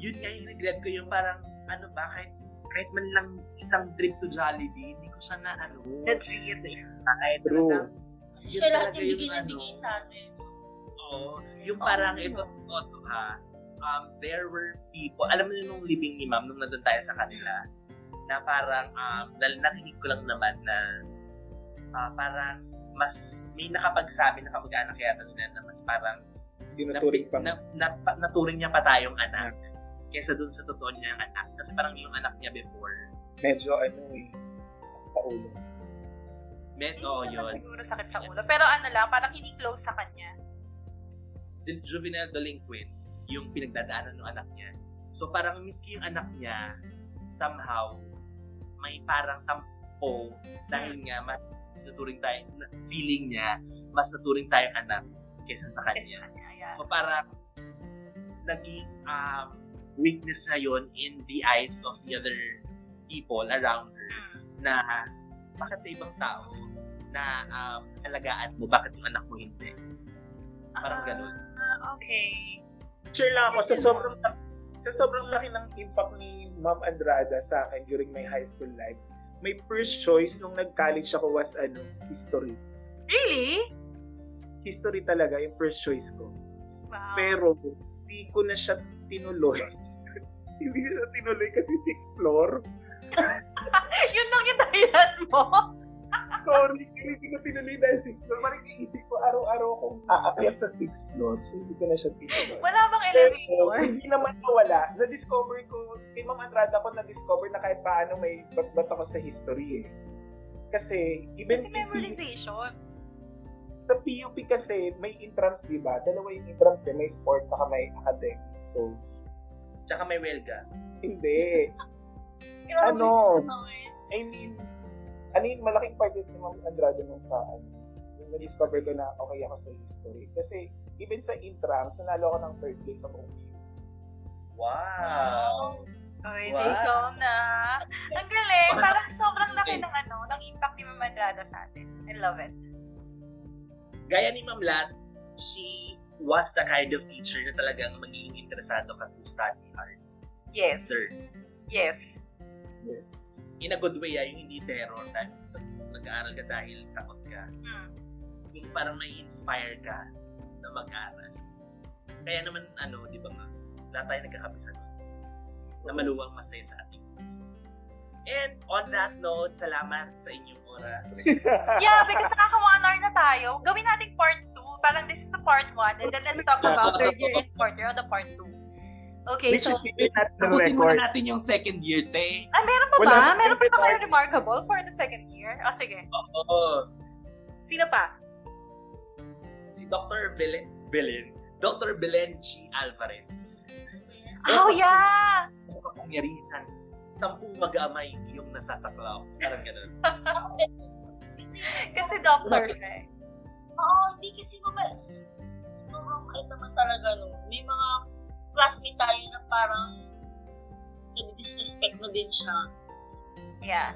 Speaker 4: Yun nga yung regret ko, yung parang, ano ba, kahit, kahit man lang isang trip to Jollibee, hindi ko siya na ano.
Speaker 1: The treat.
Speaker 4: kahit
Speaker 3: True.
Speaker 4: talagang,
Speaker 2: Kasi
Speaker 4: Yun
Speaker 2: siya lahat
Speaker 4: talaga
Speaker 2: yung
Speaker 4: yung
Speaker 2: bigay na
Speaker 4: ano.
Speaker 2: bigay sa atin.
Speaker 4: oo, yung parang
Speaker 2: Oo.
Speaker 4: ito, toto ha, um, there were people, alam mo yun nung living ni ma'am, nung nandun tayo sa kanila, na parang, um, dahil nakinig ko lang naman na, ah, parang, mas may nakapagsabi na kamag-anak yata nila na mas parang
Speaker 3: tinuturing pa
Speaker 4: na, na, pa- naturing niya pa tayong anak kesa dun sa totoo niya yung anak. Kasi parang yung anak niya before,
Speaker 3: medyo ano eh sa, sa ulo
Speaker 4: met, oo yun.
Speaker 1: Siguro sakit sa ulo. Pero ano lang, parang hindi close sa kanya.
Speaker 4: ju- juvenile delinquent yung pinagdadaanan ng anak niya. So parang miski yung anak niya, somehow, may parang tampo dahil nga mas naturing tayo, na- feeling niya, mas naturing tayong anak kaysa sa
Speaker 1: Yes,
Speaker 4: kanya.
Speaker 1: kanya, yeah.
Speaker 4: So parang naging um, weakness na yon in the eyes of the other people around her
Speaker 3: Hmm.
Speaker 4: na bakit sa ibang tao na um, alagaan mo, bakit yung anak mo hindi?
Speaker 1: Uh,
Speaker 4: Parang ganun.
Speaker 2: Ah, okay.
Speaker 3: Sure lang ako, sa sobrang sa sobrang laki ng impact ni Ma'am Andrada sa akin during my high school life, my first choice nung nag-college ako was ano, history.
Speaker 1: Really?
Speaker 3: History talaga yung first choice ko.
Speaker 1: Wow.
Speaker 3: Pero, di ko na siya tinuloy. hindi ko siya tinuloy kasi tinflor.
Speaker 1: Yun ang kitayan mo.
Speaker 3: Sorry, hindi ko tinuloy dahil sixth floor. Parang iisip ko araw-araw akong aakyat sa sixth floor. So, hindi ko na siya tinuloy.
Speaker 1: Wala bang
Speaker 3: Pero,
Speaker 1: elevator?
Speaker 3: hindi naman nawala. Na-discover ko, kay Ma'am Andrada ko na-discover na kahit paano may batbat ako sa history eh. Kasi, even
Speaker 1: Kasi eh. memorization.
Speaker 3: sa PUP kasi, may intrams, di ba? Dalawa yung intrams eh. May sports, saka may academic. So,
Speaker 4: Tsaka may welga.
Speaker 3: hindi.
Speaker 2: Grabe,
Speaker 3: Ano?
Speaker 2: Owen.
Speaker 3: I mean, ano yun, malaking part din si Ma'am Andrade nung sa ano, yung na-discover ko na okay ako sa history. Kasi, even sa intrams, nanalo ako ng third place sa OPU.
Speaker 4: Wow!
Speaker 1: Uy, wow.
Speaker 4: Wow.
Speaker 1: ikaw na. Ang galing. Parang sobrang laki ng ano, ng impact ni Mama Andrada sa atin. I love it.
Speaker 4: Gaya ni Ma'am Lat, she was the kind of teacher na talagang magiging interesado ka to study hard.
Speaker 1: Yes.
Speaker 4: Third.
Speaker 1: Yes.
Speaker 3: Yes.
Speaker 4: In a good way, ah, yung hindi terror na nag-aaral ka dahil takot ka.
Speaker 1: Mm.
Speaker 4: Yung parang may inspire ka na mag-aaral. Kaya naman, ano, di ba nga, lahat tayo nagkakabisa nun. Na maluwang masaya sa ating puso. And on that note, salamat sa inyong oras.
Speaker 1: Yeah, because nakaka one hour na tayo. Gawin natin part 2. Parang this is the part 1 and then let's talk about third year and fourth year on the part 2. Okay,
Speaker 3: Which
Speaker 1: so...
Speaker 3: is even not the
Speaker 4: Tapusin muna
Speaker 3: record.
Speaker 4: natin yung second year, te.
Speaker 1: Ah, meron pa
Speaker 3: Wala
Speaker 1: ba?
Speaker 3: naman
Speaker 1: Meron pa ba
Speaker 3: part-
Speaker 1: kayo remarkable for the second year? O, sige.
Speaker 4: Oo.
Speaker 1: Sino pa?
Speaker 4: Si Dr. Belen, Belen, Dr. Belen G. Alvarez.
Speaker 1: Oh,
Speaker 4: Ano Dapat
Speaker 1: yeah!
Speaker 4: Ang kapangyarihan. Sampung mag-amay yung nasasaklaw. Parang ganun.
Speaker 2: Ako din.
Speaker 1: Kasi doctor siya eh.
Speaker 2: Oo, hindi kasi mabait. Siguro mabait naman talaga no. May mga classmate tayo na parang nag-disrespect na din siya.
Speaker 1: Yeah.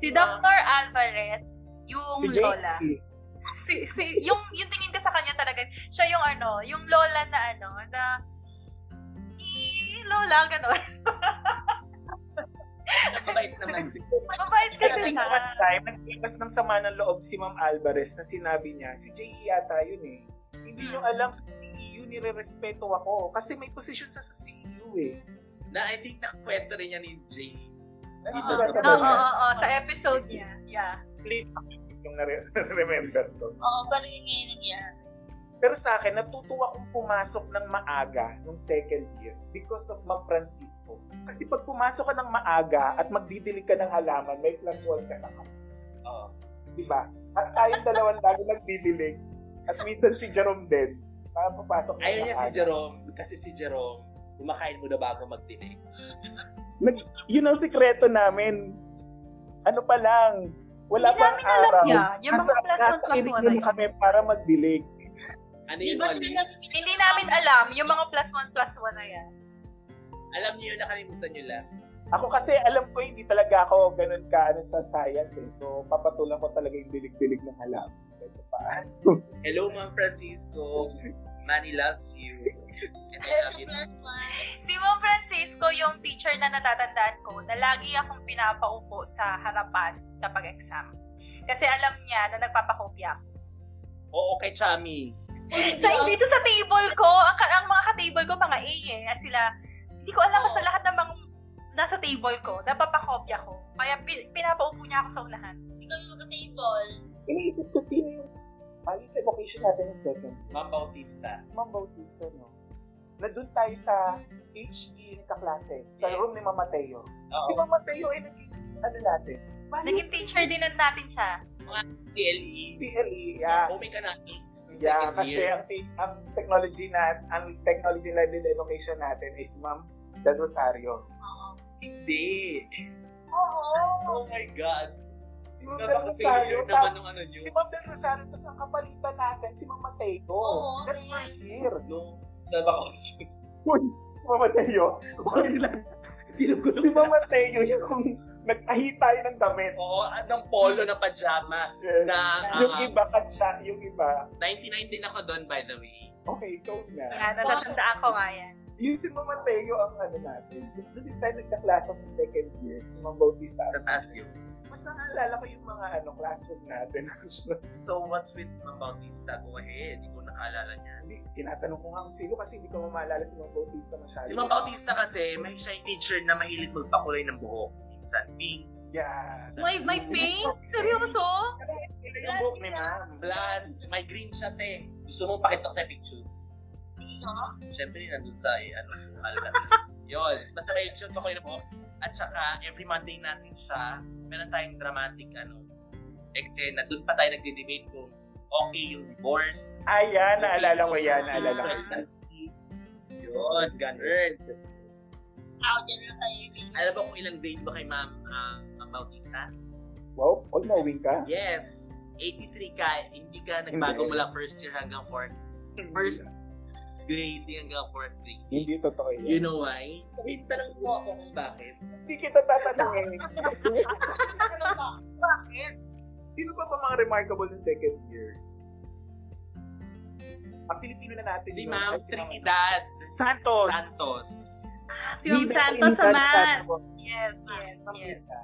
Speaker 1: Si Dr. Alvarez, yung
Speaker 3: Si
Speaker 1: lola.
Speaker 3: JC.
Speaker 1: Si, si, yung, yung tingin ko sa kanya talaga, siya yung ano, yung lola na ano, na, i lola, gano'n.
Speaker 4: Mabait naman.
Speaker 1: Mabait kasi
Speaker 3: Kasi
Speaker 1: siya.
Speaker 3: one time, nagkipas ng sama ng loob si Ma'am Alvarez na sinabi niya, si JE yata yun eh. Hindi
Speaker 1: Hmm.
Speaker 3: nyo alam sa TEU, nire-respeto ako. Kasi may position sa sa CEU eh.
Speaker 4: Na I think nakwento rin niya ni Jay.
Speaker 3: Nandito
Speaker 2: Oo.
Speaker 3: ka
Speaker 1: Oo,
Speaker 3: ba
Speaker 1: oo,
Speaker 3: yan?
Speaker 1: oo, sa episode niya. Yeah.
Speaker 3: Late ako yung nare-remember to.
Speaker 2: Oo, pero yun ngayon nangyari.
Speaker 3: Pero sa akin, natutuwa akong pumasok ng maaga nung second year because of Ma'am Francisco. Kasi pag pumasok ka ng maaga at magdidilig ka ng halaman, may plus one ka sa kanya.
Speaker 4: Oo.
Speaker 3: Oh, Di ba? Diba? At tayong dalawang lagi nagdidilig. At minsan si Jerome din. Para papasok ng
Speaker 4: Ayaw niya si
Speaker 3: maaga.
Speaker 4: Jerome kasi si Jerome kumakain muna bago magdinig.
Speaker 3: Yun ang sikreto namin. Ano pa lang, wala
Speaker 1: Hindi
Speaker 3: pang
Speaker 1: namin alam
Speaker 3: araw.
Speaker 1: yan. Yung mga
Speaker 3: nasa-
Speaker 1: plus one,
Speaker 3: nasa
Speaker 1: plus one na
Speaker 3: curriculum
Speaker 1: yun.
Speaker 3: kami para magdilig.
Speaker 4: Ano
Speaker 2: Di
Speaker 4: yun,
Speaker 2: ba
Speaker 4: Oli?
Speaker 2: namin
Speaker 1: Hindi namin alam yung mga plus one, plus one na yan.
Speaker 4: Alam niyo yun, nakalimutan niyo lang.
Speaker 3: Ako kasi alam ko hindi talaga ako ganun ka ano, sa science eh. So papatulan ko talaga yung dilig-dilig ng halaman. Ito pa.
Speaker 4: Hello, Ma'am Francisco. Manny loves you. And I love
Speaker 2: Pero
Speaker 4: you.
Speaker 2: plus one.
Speaker 1: Si Ma'am Francisco yung teacher na natatandaan ko na lagi akong pinapaupo sa harapan kapag exam. Kasi alam niya na nagpapakopya ako.
Speaker 4: Oo, kay Chami.
Speaker 1: Sa, dito sa table ko, ang, ka- ang mga ka-table ko, mga A eh, ah, sila, hindi ko alam basta lahat ng mga nasa table ko, napapakopya ko. Kaya pi- pinapaupo niya ako sa unahan.
Speaker 2: Hindi kami magka-table.
Speaker 3: Iniisip ko sino yung mali yung evocation natin ng second.
Speaker 4: Ma'am Bautista.
Speaker 3: Si Ma'am Bautista, no? Na doon tayo sa HG na kaklase, sa
Speaker 4: Yeah.
Speaker 3: room ni Ma'am Mateo. Si
Speaker 4: Oo.
Speaker 3: Ma'am Mateo ay naging, ano natin? Mali
Speaker 1: Naging teacher din natin siya.
Speaker 4: CLE.
Speaker 3: TLE, yeah.
Speaker 4: Omega E. na Kings ng
Speaker 3: Yeah,
Speaker 4: second
Speaker 3: kasi
Speaker 4: year.
Speaker 3: ang, te- ang technology na, ang technology na din education natin is Ma'am Del Rosario.
Speaker 4: Hindi.
Speaker 2: Oo.
Speaker 4: Oh my God.
Speaker 3: Si Ma'am Del
Speaker 4: Napaka-failure
Speaker 3: Rosario,
Speaker 4: naman nung ano nyo.
Speaker 3: Si Ma'am Del Rosario, tapos ang kapalitan natin, si Ma'am Mateo.
Speaker 2: Oo,
Speaker 3: That's
Speaker 2: okay.
Speaker 3: first year.
Speaker 4: No, sa Bacochi.
Speaker 3: Uy, Mama Teo.
Speaker 4: Sorry lang. Hindi ko
Speaker 3: Si Mama Teo yung kung nagtahi tayo ng damit.
Speaker 4: Oo, at ng polo na pajama
Speaker 3: Yes.
Speaker 4: na
Speaker 3: yung
Speaker 4: ah,
Speaker 3: iba, katsa, yung iba.
Speaker 4: 99 din ako doon by the way.
Speaker 3: Okay, ikaw na.
Speaker 1: Yan, natatandaan ko nga yan.
Speaker 3: Yung si Mama Teo ang ano natin. Gusto din tayo nagkaklasa ng second year. Si Ma'am Bautista.
Speaker 4: Tataas yun.
Speaker 3: Mas nakaalala ko yung mga ano classroom natin.
Speaker 4: So what's with Ma'am Bautista? Go ahead, hindi ko nakaalala niya.
Speaker 3: hindi, tinatanong ko nga kung sino kasi hindi ko maalala si Ma'am Bautista masyado.
Speaker 4: Si Ma'am Bautista kasi, may siya yung teacher na mahilig magpakulay ng buhok. Minsan pink,
Speaker 3: Yeah.
Speaker 1: May, may pink? Seryoso?
Speaker 3: Sila yung book ni Ma'am.
Speaker 4: blonde, may green siya te. Gusto mo pakita ko sa picture?
Speaker 2: Sino?
Speaker 4: Siyempre, nandun sa, eh, ano, halga. Yun, basta may shoot ko kayo po. At saka, every Monday natin siya, meron tayong dramatic, ano, eksena. Doon pa tayo nagde-debate kung okay yung divorce.
Speaker 3: Ayan, Ah, naalala ko yan, naalala ko.
Speaker 4: Alam Yun, ganun.
Speaker 2: Out dyan na tayo eh. yung
Speaker 4: Alam mo kung ilang grade ba kay Ma'am, ah, Ma'am Bautista?
Speaker 3: Wow, all knowing ka.
Speaker 4: Yes. 83 ka, hindi ka nagbago
Speaker 3: Hindi.
Speaker 4: mula first year hanggang fourth. First grade hanggang fourth grade.
Speaker 3: Hindi totoo yun.
Speaker 4: You know why? Sabihin tanong mo ako kung bakit.
Speaker 3: Hindi kita tatanungin.
Speaker 2: Ano ba? Bakit?
Speaker 3: Sino ba ba mga remarkable ng second year? Ang Pilipino na natin.
Speaker 4: Si
Speaker 3: yun. Ay,
Speaker 4: Ma'am
Speaker 3: si Ma'am-
Speaker 4: Trinidad
Speaker 3: Santos.
Speaker 4: Santos.
Speaker 1: Ah, Si Ma'am
Speaker 3: Nida,
Speaker 1: Santos
Speaker 3: Nida,
Speaker 1: naman.
Speaker 3: Santos.
Speaker 1: Yes, yes,
Speaker 3: Ma'am
Speaker 1: yes.
Speaker 3: Nida.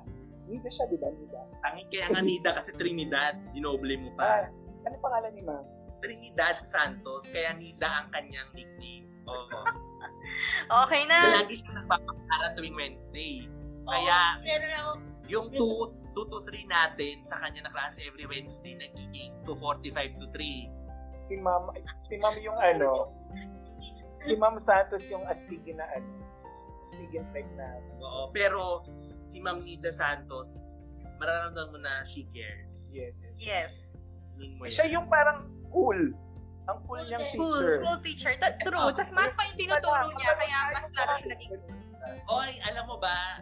Speaker 3: Nida siya, di ba? Nida.
Speaker 4: Tangi kaya nga nida kasi Trinidad, dinoble mo
Speaker 3: Ah,
Speaker 4: pa.
Speaker 3: ano pangalan ni Ma'am?
Speaker 4: Trinidad Santos, kaya nida ang kanyang nickname. Oo.
Speaker 1: Okay na.
Speaker 4: Lagi siya nagpapakara tuwing Wednesday.
Speaker 2: Oo,
Speaker 4: Kaya
Speaker 2: Meron ako
Speaker 4: yung 2 2 to 3 natin sa kanya na klase every Wednesday nagiging 245 to 3.
Speaker 3: Si Ma'am, ay, si Ma'am yung ano, si Ma'am Santos yung astigin na ano, astigin type na.
Speaker 4: Oo, pero si Ma'am Nida Santos, mararamdaman mo na she cares.
Speaker 3: Yes, yes.
Speaker 1: Yes.
Speaker 4: Yun mo yun.
Speaker 3: Siya yung parang cool. Ang cool niyang
Speaker 1: Cool,
Speaker 3: teacher.
Speaker 1: cool teacher. Ta- true. Tapos math pa yung tinuturo niya, kaya mas lalo siya naging
Speaker 4: Oy, alam mo ba,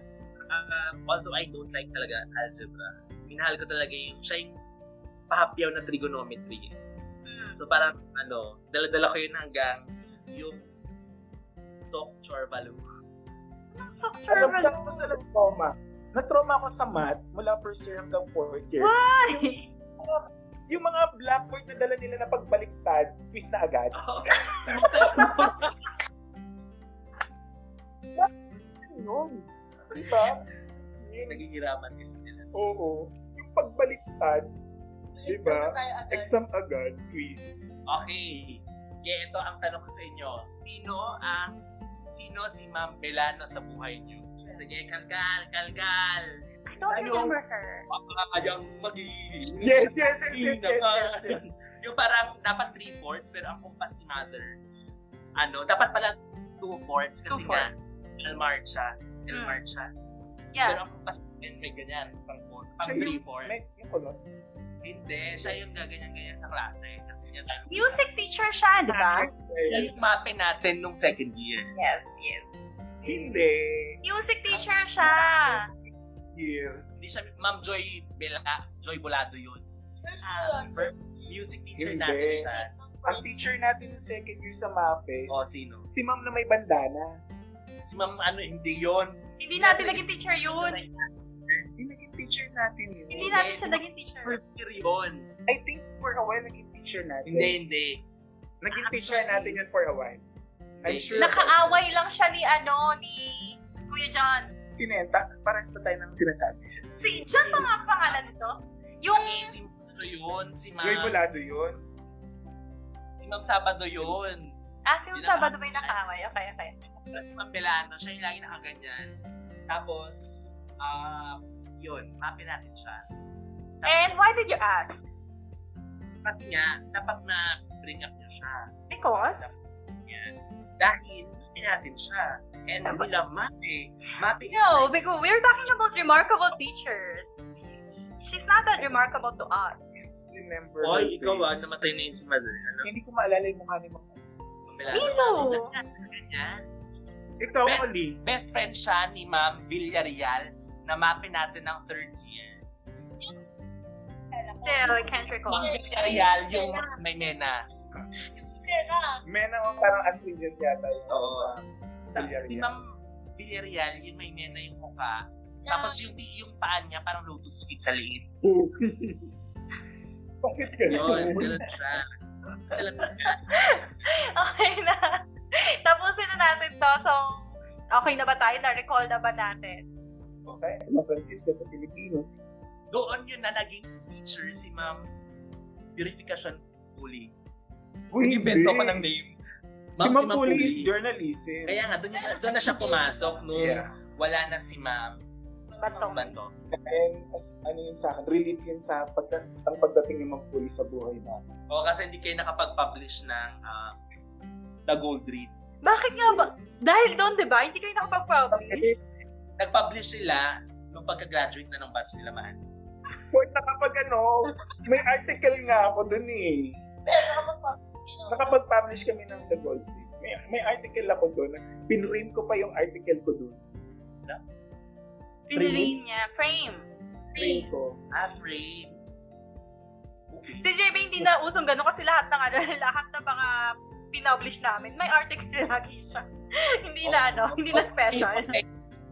Speaker 4: uh, although I don't like talaga algebra, minahal ko talaga yung siya yung pahapyaw na trigonometry.
Speaker 1: hmm.
Speaker 4: So parang ano, dala-dala ko yun hanggang yung soft chore value.
Speaker 1: Anong sock
Speaker 3: Alam
Speaker 1: turtle?
Speaker 3: ko, mas alam ko, ma. Na-trauma ako sa math mula first year hanggang fourth year.
Speaker 1: Ay!
Speaker 3: Yung mga blackboard na dala nila na pagbaliktad, quiz na agad.
Speaker 4: Oo. Kumusta yun?
Speaker 3: Ano yun? Diba? Yun.
Speaker 4: Naghihirapan din sila.
Speaker 3: Oo. Yung pagbaliktad, Diba?
Speaker 2: Exam na tayo ano, agad.
Speaker 3: exam agad, quiz.
Speaker 4: Okay. Sige, ito ang tanong ko sa inyo. Sino ang sino si Ma'am Belano sa buhay niyo? Sige, kalkal, kalkal.
Speaker 1: I don't
Speaker 4: Ano?
Speaker 1: remember her.
Speaker 4: Makakayang magiging.
Speaker 3: Yes, yes, yes, yes, yes, yes, yes.
Speaker 4: Yung parang dapat 3 fourths pero ang kumpas ni mother, ano, dapat pala 2 fourths kasi nga,
Speaker 1: Two-fourths. Hmm.
Speaker 4: Elmar siya. Elmar siya. Pero
Speaker 1: Yeah.
Speaker 4: ang kumpas niya may ganyan, pang 4, pang
Speaker 3: Siya yung-
Speaker 4: 3 fourths.
Speaker 3: May, yung color.
Speaker 4: Hindi, siya yung gaganyan-ganyan sa klase. Kasi niya tayo.
Speaker 1: Music teacher siya, di ba?
Speaker 4: Siya yung mape natin nung second year.
Speaker 1: Ah, Yes, yes. Ah,
Speaker 3: Hindi.
Speaker 1: Music teacher siya.
Speaker 3: Year.
Speaker 4: Hindi siya, Ma'am Joy Bela, Joy Bolado yun.
Speaker 2: First
Speaker 1: Ah,
Speaker 2: yun.
Speaker 4: First music teacher
Speaker 3: Hindi.
Speaker 4: natin siya.
Speaker 3: Ang teacher natin ng second year sa MAPES,
Speaker 4: O, sino?
Speaker 3: si ma'am na may bandana.
Speaker 4: Si Ma'am ano, hindi yun.
Speaker 1: Hindi natin naging teacher yun.
Speaker 3: Yung naging teacher natin yun.
Speaker 1: Hindi natin siya naging teacher.
Speaker 4: First year yun.
Speaker 3: I think for a while naging teacher natin.
Speaker 4: Hindi, hindi.
Speaker 3: Naging teacher natin yun for a while. I'm
Speaker 4: Hindi.
Speaker 3: sure-
Speaker 1: Nakaaway lang siya ni ano, ni Kuya John.
Speaker 3: Kinenta, parehas pa tayo ng sinasabi.
Speaker 1: Si John ba nga ang pangalan nito? Yung
Speaker 4: Eh, si ano yun, si Ma'am.
Speaker 3: Joy Bolado yun.
Speaker 4: Si Ma'am Sabado yun.
Speaker 1: Ah, si
Speaker 4: Yun ang-
Speaker 1: Sabado ba yung nakaaway? Okay, okay.
Speaker 4: Si Ma'am Belano, siya yung lagi nakaganyan. Tapos, ah, yun, mapin natin siya.
Speaker 1: And
Speaker 4: Tapos,
Speaker 1: why did you ask?
Speaker 4: kasi nga, dapat na bring up niyo siya.
Speaker 1: Because?
Speaker 4: Yan. Dahil, mapin natin siya. And we love Mapi. Mapi is
Speaker 1: No,
Speaker 4: like,
Speaker 1: because we're talking about remarkable teachers. She's not that remarkable to us.
Speaker 3: Remember her
Speaker 4: Oy, ikaw ah,
Speaker 3: face.
Speaker 4: namatay na yun si Mother. Ano?
Speaker 3: Hindi ko maalala yung mukha ni Ma'am.
Speaker 4: Ma'am Belano.
Speaker 1: Me too.
Speaker 4: Ganyan.
Speaker 3: Ikaw,
Speaker 4: Best-
Speaker 3: Oli.
Speaker 4: Best friend siya ni Ma'am Villarreal na mapin natin ng third year.
Speaker 1: Still, I can't recall.
Speaker 4: Ma'am Villarreal yung may mena.
Speaker 2: Mena.
Speaker 3: Mena o parang astringent yata yun.
Speaker 4: Oo. Na,
Speaker 3: Villarreal.
Speaker 4: di Ma'am Villarreal, yung may mena yung mukha. Tapos yung, yung paan niya, parang lotus feet sa liit.
Speaker 3: Bakit
Speaker 4: Yun,
Speaker 3: ganun?
Speaker 4: ganun siya. Talaga.
Speaker 1: Okay na. Tapusin na natin to. So, okay na ba tayo? Na-recall na ba natin?
Speaker 3: Okay, sa mga Francisco sa Pilipinas.
Speaker 4: Doon yun na naging teacher si Ma'am Purification Puli.
Speaker 3: Uy,
Speaker 5: Invento ko ng name.
Speaker 3: Si
Speaker 4: Ma'am,
Speaker 3: Ma'am Puli
Speaker 4: Puli.
Speaker 3: is journalism.
Speaker 4: Kaya nga, doon, yun- doon na siya pumasok nung
Speaker 3: Yeah.
Speaker 4: wala na si Ma'am Ano
Speaker 1: Bato.
Speaker 4: Banto.
Speaker 3: And as, ano yun sa akin, relate yun sa pagda- ang pagdating ng Ma'am Puli sa buhay natin.
Speaker 4: O kasi hindi kayo nakapag-publish ng ah, The Gold Read.
Speaker 1: Bakit nga ba? Dahil doon, di ba? Hindi kayo nakapag-publish.
Speaker 4: Nag-publish sila nung pagka-graduate na ng batch nila man.
Speaker 3: Boy, nakapag ano, may article nga ako dun eh.
Speaker 2: Pero kapag, you know,
Speaker 3: Nakapag-publish kami ng The Gold Leaf. May, may article ako dun. Pinrim ko pa yung article ko dun.
Speaker 1: Pinili niya. Frame.
Speaker 3: Pinrim ko.
Speaker 4: Ah, frame. Okay.
Speaker 1: Si JB hindi na usong ganun kasi lahat ng ano, lahat ng mga pinublish namin, may article lagi siya. hindi na ano, hindi na special.
Speaker 4: Okay.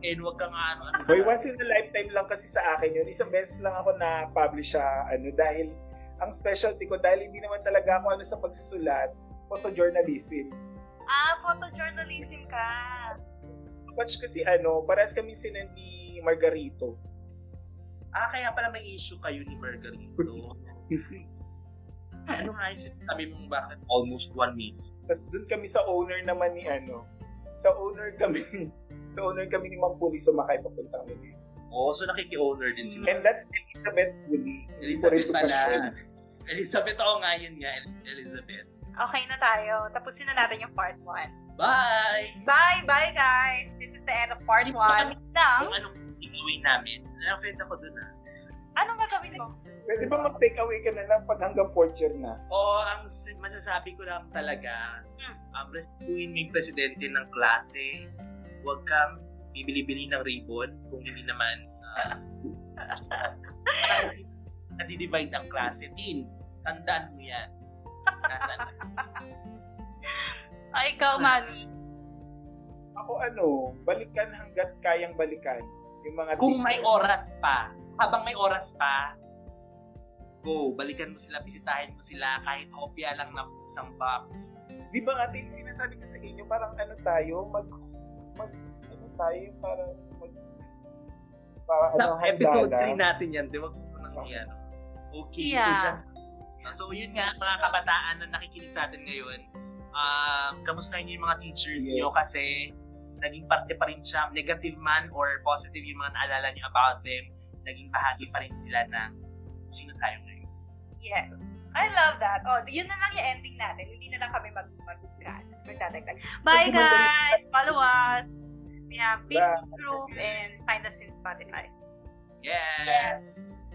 Speaker 4: And wag ka nga ano. ano.
Speaker 3: Boy, once in a lifetime lang kasi sa akin yun. Isang beses lang ako na-publish siya ano, dahil ang specialty ko, dahil hindi naman talaga ako ano sa pagsusulat, photojournalism.
Speaker 1: ah, photojournalism ka.
Speaker 3: Batch kasi ano, parehas kami sinend ni Margarito.
Speaker 4: Ah, kaya pala may issue kayo ni Margarito. ano nga yung sabi mong bakit almost one minute?
Speaker 3: Tapos doon kami sa owner naman ni ano, sa owner kami, sa owner kami ni Mang Puli sumakay papunta kami dito.
Speaker 4: Oo, so nakiki-owner din si Ma'am.
Speaker 3: And that's Elizabeth Puli.
Speaker 4: Elizabeth
Speaker 3: Ito rin
Speaker 4: pala.
Speaker 3: po siya.
Speaker 4: Elizabeth, oo nga yun nga, El- Elizabeth.
Speaker 1: Okay na tayo. Tapusin na natin yung part 1.
Speaker 4: Bye!
Speaker 1: Bye, bye guys. This is the end of part 1 ng
Speaker 4: Kung anong gagawin namin, na-offend ako dun ah.
Speaker 1: anong gagawin mo?
Speaker 3: Pwede ba mag-take away ka na lang pag hanggang fourth year na?
Speaker 4: Oo, ang si- masasabi ko lang talaga, um, respetuhin mo yung presidente ng klase. Huwag kang bibili-bili ng ribbon kung hindi naman uh, nadidivide ang klase. Tin, tandaan mo yan. Nasaan ka?
Speaker 1: Ay, ikaw, Manny.
Speaker 3: Ako ano, balikan hanggat kayang balikan. Yung mga
Speaker 4: Kung
Speaker 3: teacher.
Speaker 4: may oras pa, habang may oras pa, go, balikan mo sila, bisitahin mo sila, kahit hopya lang na isang box.
Speaker 3: Di ba nga, Tin, sinasabi ko sa inyo, parang ano tayo, mag, mag, ano tayo, parang mag, para ano,
Speaker 4: Sa episode 3
Speaker 3: handa na.
Speaker 4: natin yan, di ba? Kung nang
Speaker 3: Okay.
Speaker 4: ano. Okay, so
Speaker 1: Yeah.
Speaker 4: dyan. So yun nga, mga kabataan na nakikinig sa atin ngayon, um, kamustahin niyo yung mga teachers
Speaker 3: Yeah.
Speaker 4: niyo kasi naging parte pa rin siya, negative man or positive yung mga naalala niyo about them, naging bahagi pa rin sila ng kung sino tayo ngayon.
Speaker 1: Yes. I love that. Oh, yun na lang yung ending natin. Hindi na lang kami mag mag magdadagdag. Bye guys! Follow us! We have Facebook group and find us in Spotify.
Speaker 4: Yes!